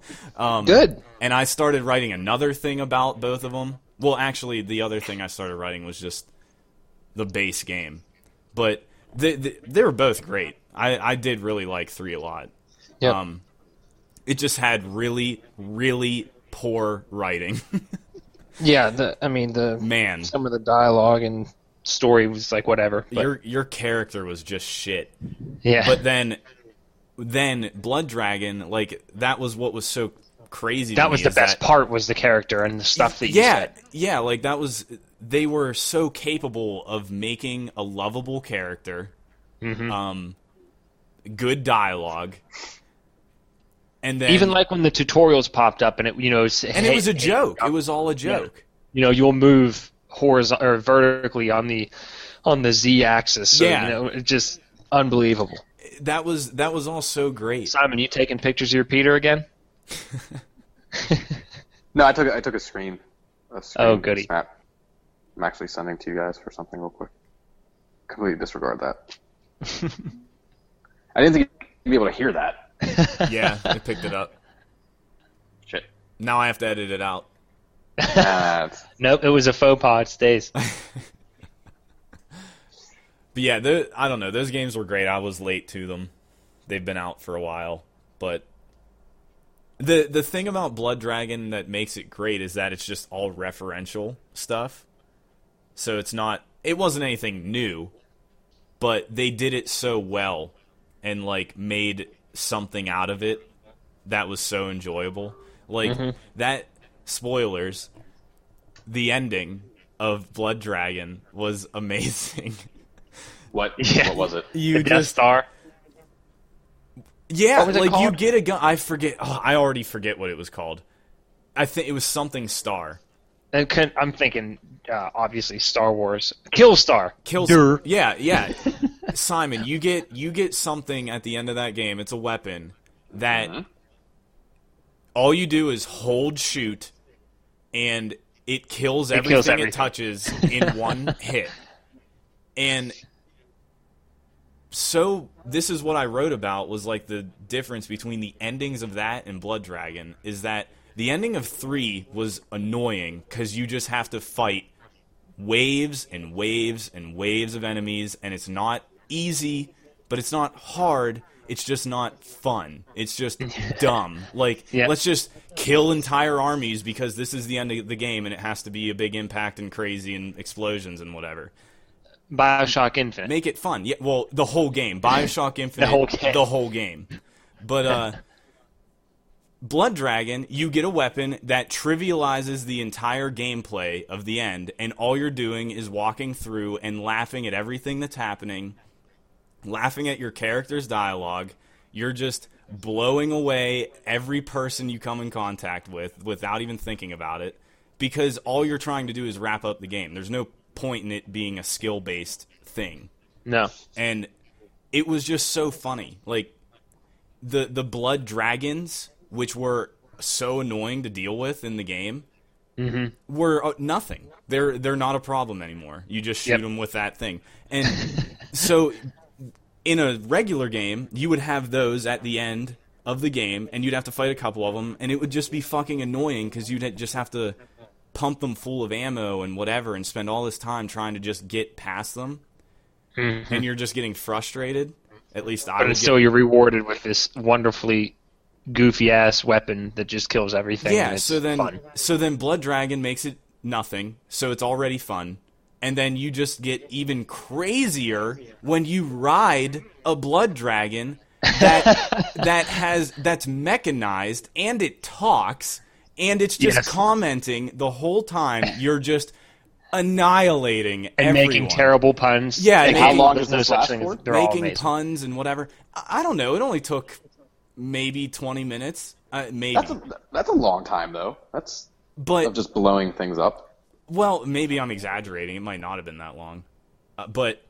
Speaker 1: um,
Speaker 3: Good.
Speaker 1: and I started writing another thing about both of them. Well, actually, the other thing I started writing was just the base game, but they they, they were both great. I, I did really like three a lot.
Speaker 3: Yep.
Speaker 1: Um, it just had really, really poor writing.
Speaker 3: yeah. The, I mean, the
Speaker 1: Man,
Speaker 3: some of the dialogue and story was like whatever. But,
Speaker 1: your your character was just shit.
Speaker 3: yeah.
Speaker 1: But then, then Blood Dragon, like that was what was so crazy. to
Speaker 3: that
Speaker 1: me
Speaker 3: was the
Speaker 1: is
Speaker 3: best
Speaker 1: that-
Speaker 3: part was the character and the stuff that you
Speaker 1: yeah,
Speaker 3: said.
Speaker 1: yeah, like that was. They were so capable of making a lovable character,
Speaker 3: Mm-hmm.
Speaker 1: um, good dialogue, and then
Speaker 3: Even like when the tutorials popped up and it, you know,
Speaker 1: and it was a joke. It was all a joke.
Speaker 3: you know, you'll move horizontal or vertically on the on the z axis. So,
Speaker 1: Yeah.
Speaker 3: you know, it's just unbelievable.
Speaker 1: That was that was all so great.
Speaker 3: Simon, you taking pictures of your Peter again?
Speaker 4: no, I took I took a screen. A screen
Speaker 3: Oh, goody.
Speaker 4: Snap. I'm actually sending to you guys for something real quick. Completely disregard that. I didn't think you'd be able to hear that.
Speaker 1: yeah, I picked it up.
Speaker 4: Shit.
Speaker 1: Now I have to edit it out.
Speaker 4: Nah, it's-
Speaker 3: Nope, it was a faux pas. It stays.
Speaker 1: But yeah, tho- I don't know. Those games were great. I was late to them. They've been out for a while, but the the thing about Blood Dragon that makes it great is that it's just all referential stuff. So it's not it wasn't anything new, but they did it so well and like made something out of it that was so enjoyable. Like that spoilers the ending of Blood Dragon was amazing.
Speaker 4: what
Speaker 3: Yeah.
Speaker 4: what was it?
Speaker 1: you
Speaker 3: The Death Star.
Speaker 1: Yeah,
Speaker 3: What was it
Speaker 1: like you
Speaker 3: called?
Speaker 1: get a gun. I forget. Oh, I already forget what it was called. I think it was something Star.
Speaker 3: And can, I'm thinking, uh, obviously, Star Wars. Kill Star.
Speaker 1: Kills.
Speaker 3: Durr.
Speaker 1: Yeah, yeah. Simon, you get you get something at the end of that game. It's a weapon that
Speaker 3: Uh-huh.
Speaker 1: all you do is hold shoot, and it kills everything
Speaker 3: kills
Speaker 1: it
Speaker 3: everything.
Speaker 1: touches in one hit. And so this is what I wrote about was like the difference between the endings of that and Blood Dragon is that the ending of 3 was annoying cuz you just have to fight waves and waves and waves of enemies and it's not easy, but it's not hard. It's just not fun. It's just dumb. Like
Speaker 3: Yeah.
Speaker 1: let's just kill entire armies because this is the end of the game and it has to be a big impact and crazy and explosions and whatever
Speaker 3: Bioshock Infinite.
Speaker 1: make it fun. Yeah, well, the whole game, Bioshock Infinite,
Speaker 3: whole game.
Speaker 1: the whole game. But uh, Blood Dragon, you get a weapon that trivializes the entire gameplay of the end, and all you're doing is walking through and laughing at everything that's happening, laughing at your character's dialogue. You're just blowing away every person you come in contact with without even thinking about it because all you're trying to do is wrap up the game. There's no point in it being a skill based thing.
Speaker 3: No.
Speaker 1: And it was just so funny. Like the the blood dragons, which were so annoying to deal with in the game,
Speaker 3: Mm-hmm.
Speaker 1: were uh, nothing. They're they're not a problem anymore. You just shoot
Speaker 3: Yep.
Speaker 1: them with that thing. And so in a regular game, you would have those at the end of the game, and you'd have to fight a couple of them, and it would just be fucking annoying because you'd ha- just have to pump them full of ammo and whatever, and spend all this time trying to just get past them, and you're just getting frustrated. At least I
Speaker 3: Mm-hmm. But
Speaker 1: would.
Speaker 3: it's still
Speaker 1: get-
Speaker 3: you're rewarded with this wonderfully goofy ass weapon that just kills everything. and
Speaker 1: yeah.
Speaker 3: it's
Speaker 1: So then,
Speaker 3: fun.
Speaker 1: so then, Blood Dragon makes it nothing, so it's already fun, and then you just get even crazier when you ride a Blood Dragon that that has that's mechanized and it talks and it's just
Speaker 3: Yes.
Speaker 1: commenting the whole time. You're just annihilating
Speaker 3: and making
Speaker 1: everyone.
Speaker 3: terrible puns.
Speaker 1: Yeah,
Speaker 3: Like,
Speaker 1: and
Speaker 3: how
Speaker 1: making-
Speaker 3: long does
Speaker 4: Does
Speaker 3: this
Speaker 4: this last
Speaker 3: thing?
Speaker 4: for?
Speaker 3: They're all
Speaker 1: making
Speaker 3: amazing.
Speaker 1: puns and whatever. I, I don't know. It only took maybe 20 minutes, uh, maybe.
Speaker 4: That's a that's a long time though. That's
Speaker 1: but
Speaker 4: of just blowing things up.
Speaker 1: well, maybe I'm exaggerating. It might not have been that long. Uh, but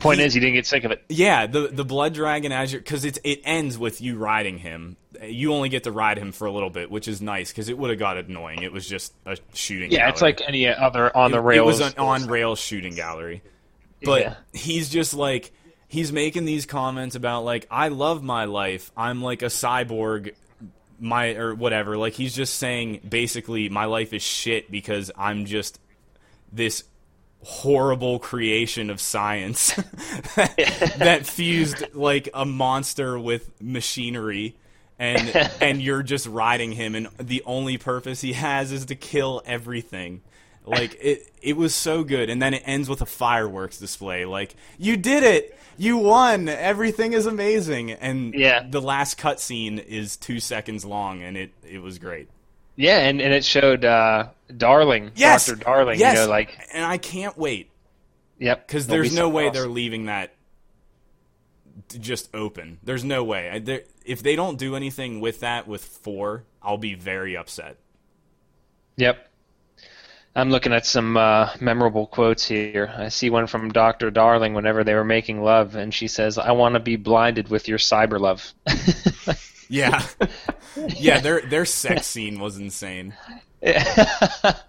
Speaker 3: Point is, you didn't get sick of it.
Speaker 1: yeah, the the blood dragon as you because it's it ends with you riding him. You only get to ride him for a little bit, which is nice because it would have got annoying. It was just a shooting.
Speaker 3: Yeah, it's
Speaker 1: gallery.
Speaker 3: like any other on the
Speaker 1: It
Speaker 3: rails.
Speaker 1: was an on rail shooting gallery. But
Speaker 3: Yeah.
Speaker 1: he's just like he's making these comments about like I love my life. I'm like a cyborg my or whatever. Like he's just saying basically my life is shit because I'm just this horrible creation of science that fused like a monster with machinery and and you're just riding him and the only purpose he has is to kill everything like it it was so good and then it ends with a fireworks display like you did it you won everything is amazing and
Speaker 3: Yeah.
Speaker 1: the last cutscene is 2 seconds long and it it was great
Speaker 3: Yeah, and, and it showed uh, Darling,
Speaker 1: yes
Speaker 3: Doctor Darling.
Speaker 1: yes
Speaker 3: You know, like
Speaker 1: and i can't wait
Speaker 3: yep,
Speaker 1: because
Speaker 3: there'll
Speaker 1: there's
Speaker 3: be
Speaker 1: no
Speaker 3: something
Speaker 1: way
Speaker 3: else.
Speaker 1: they're leaving that d- just open. There's no way. I, there, if they don't do anything with that with four, I'll be very upset.
Speaker 3: Yep. I'm looking at some uh, memorable quotes here. I see one from Dr. Darling whenever they were making love, and she says, I want to be blinded with your cyber love.
Speaker 1: Yeah, yeah. Their their sex scene was insane.
Speaker 3: it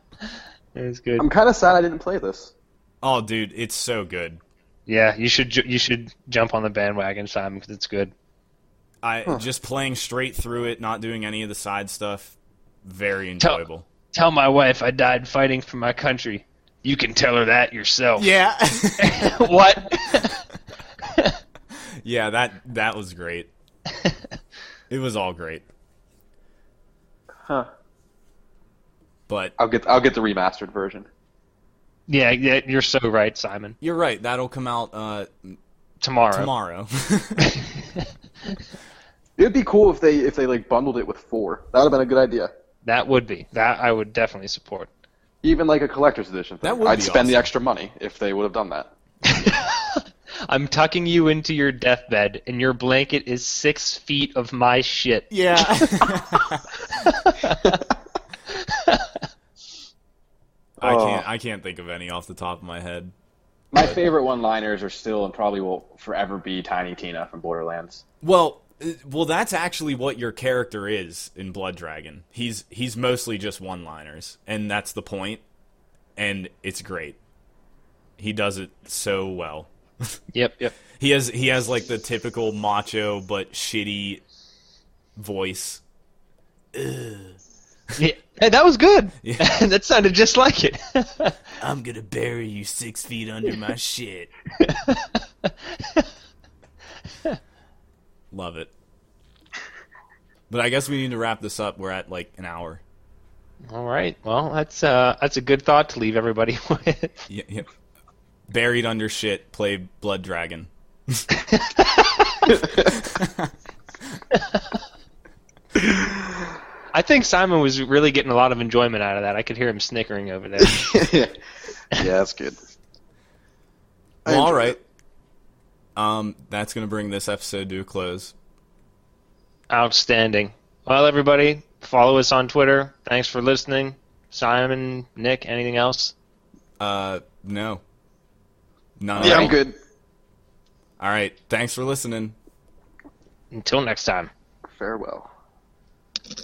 Speaker 3: was good.
Speaker 4: I'm kind of sad I didn't play this.
Speaker 1: Oh, dude, it's so good.
Speaker 3: Yeah, you should ju- you should jump on the bandwagon, Simon, because it's good.
Speaker 1: I just playing straight through it, not doing any of the side stuff. Very
Speaker 3: Tell-
Speaker 1: enjoyable.
Speaker 3: Tell my wife I died fighting for my country. You can tell her that yourself.
Speaker 1: Yeah,
Speaker 3: what?
Speaker 1: yeah. That that was great. It was all great,
Speaker 4: Huh.
Speaker 1: but
Speaker 4: I'll get I'll get the remastered version.
Speaker 3: yeah, yeah, you're so right, Simon.
Speaker 1: you're right. That'll come out uh,
Speaker 3: Tomorrow.
Speaker 1: tomorrow.
Speaker 4: It would be cool if they if they like bundled it with four. That would have been a good idea.
Speaker 3: That would be. That I would definitely support.
Speaker 4: Even like a collector's edition. Thing.
Speaker 1: That would
Speaker 4: I'd
Speaker 1: be
Speaker 4: spend the
Speaker 1: awesome.
Speaker 4: extra money if they would have done that.
Speaker 3: I'm tucking you into your deathbed, and your blanket is six feet of my shit.
Speaker 1: Yeah. I can't. I can't think of any off the top of my head.
Speaker 4: My favorite one-liners are still and probably will forever be Tiny Tina from Borderlands.
Speaker 1: Well, uh, well, that's actually what your character is in Blood Dragon. He's he's mostly just one-liners, and that's the point, And it's great. He does it so well.
Speaker 3: Yep, yep.
Speaker 1: He has he has like the typical macho but shitty voice.
Speaker 3: Yeah. Hey, that was good. that sounded just like it.
Speaker 1: I'm gonna bury you six feet under my shit. Love it. But I guess we need to wrap this up. We're at like an hour.
Speaker 3: All right. Well, that's uh, that's a good thought to leave everybody with.
Speaker 1: Yeah, yeah. Buried under shit. Play Blood Dragon.
Speaker 3: I think Simon was really getting a lot of enjoyment out of that. I could hear him snickering over there.
Speaker 6: yeah, that's good. I
Speaker 1: Well, all
Speaker 6: enjoyed
Speaker 1: right.
Speaker 6: it.
Speaker 1: Um, that's gonna bring this episode to a close.
Speaker 3: Outstanding. Well, everybody, follow us on Twitter. Thanks for listening. Simon, Nick, anything else?
Speaker 1: Uh, no. Not
Speaker 6: Yeah,
Speaker 1: at
Speaker 6: I'm
Speaker 1: all.
Speaker 6: good.
Speaker 1: All right. Thanks for listening.
Speaker 3: Until next time.
Speaker 6: Farewell.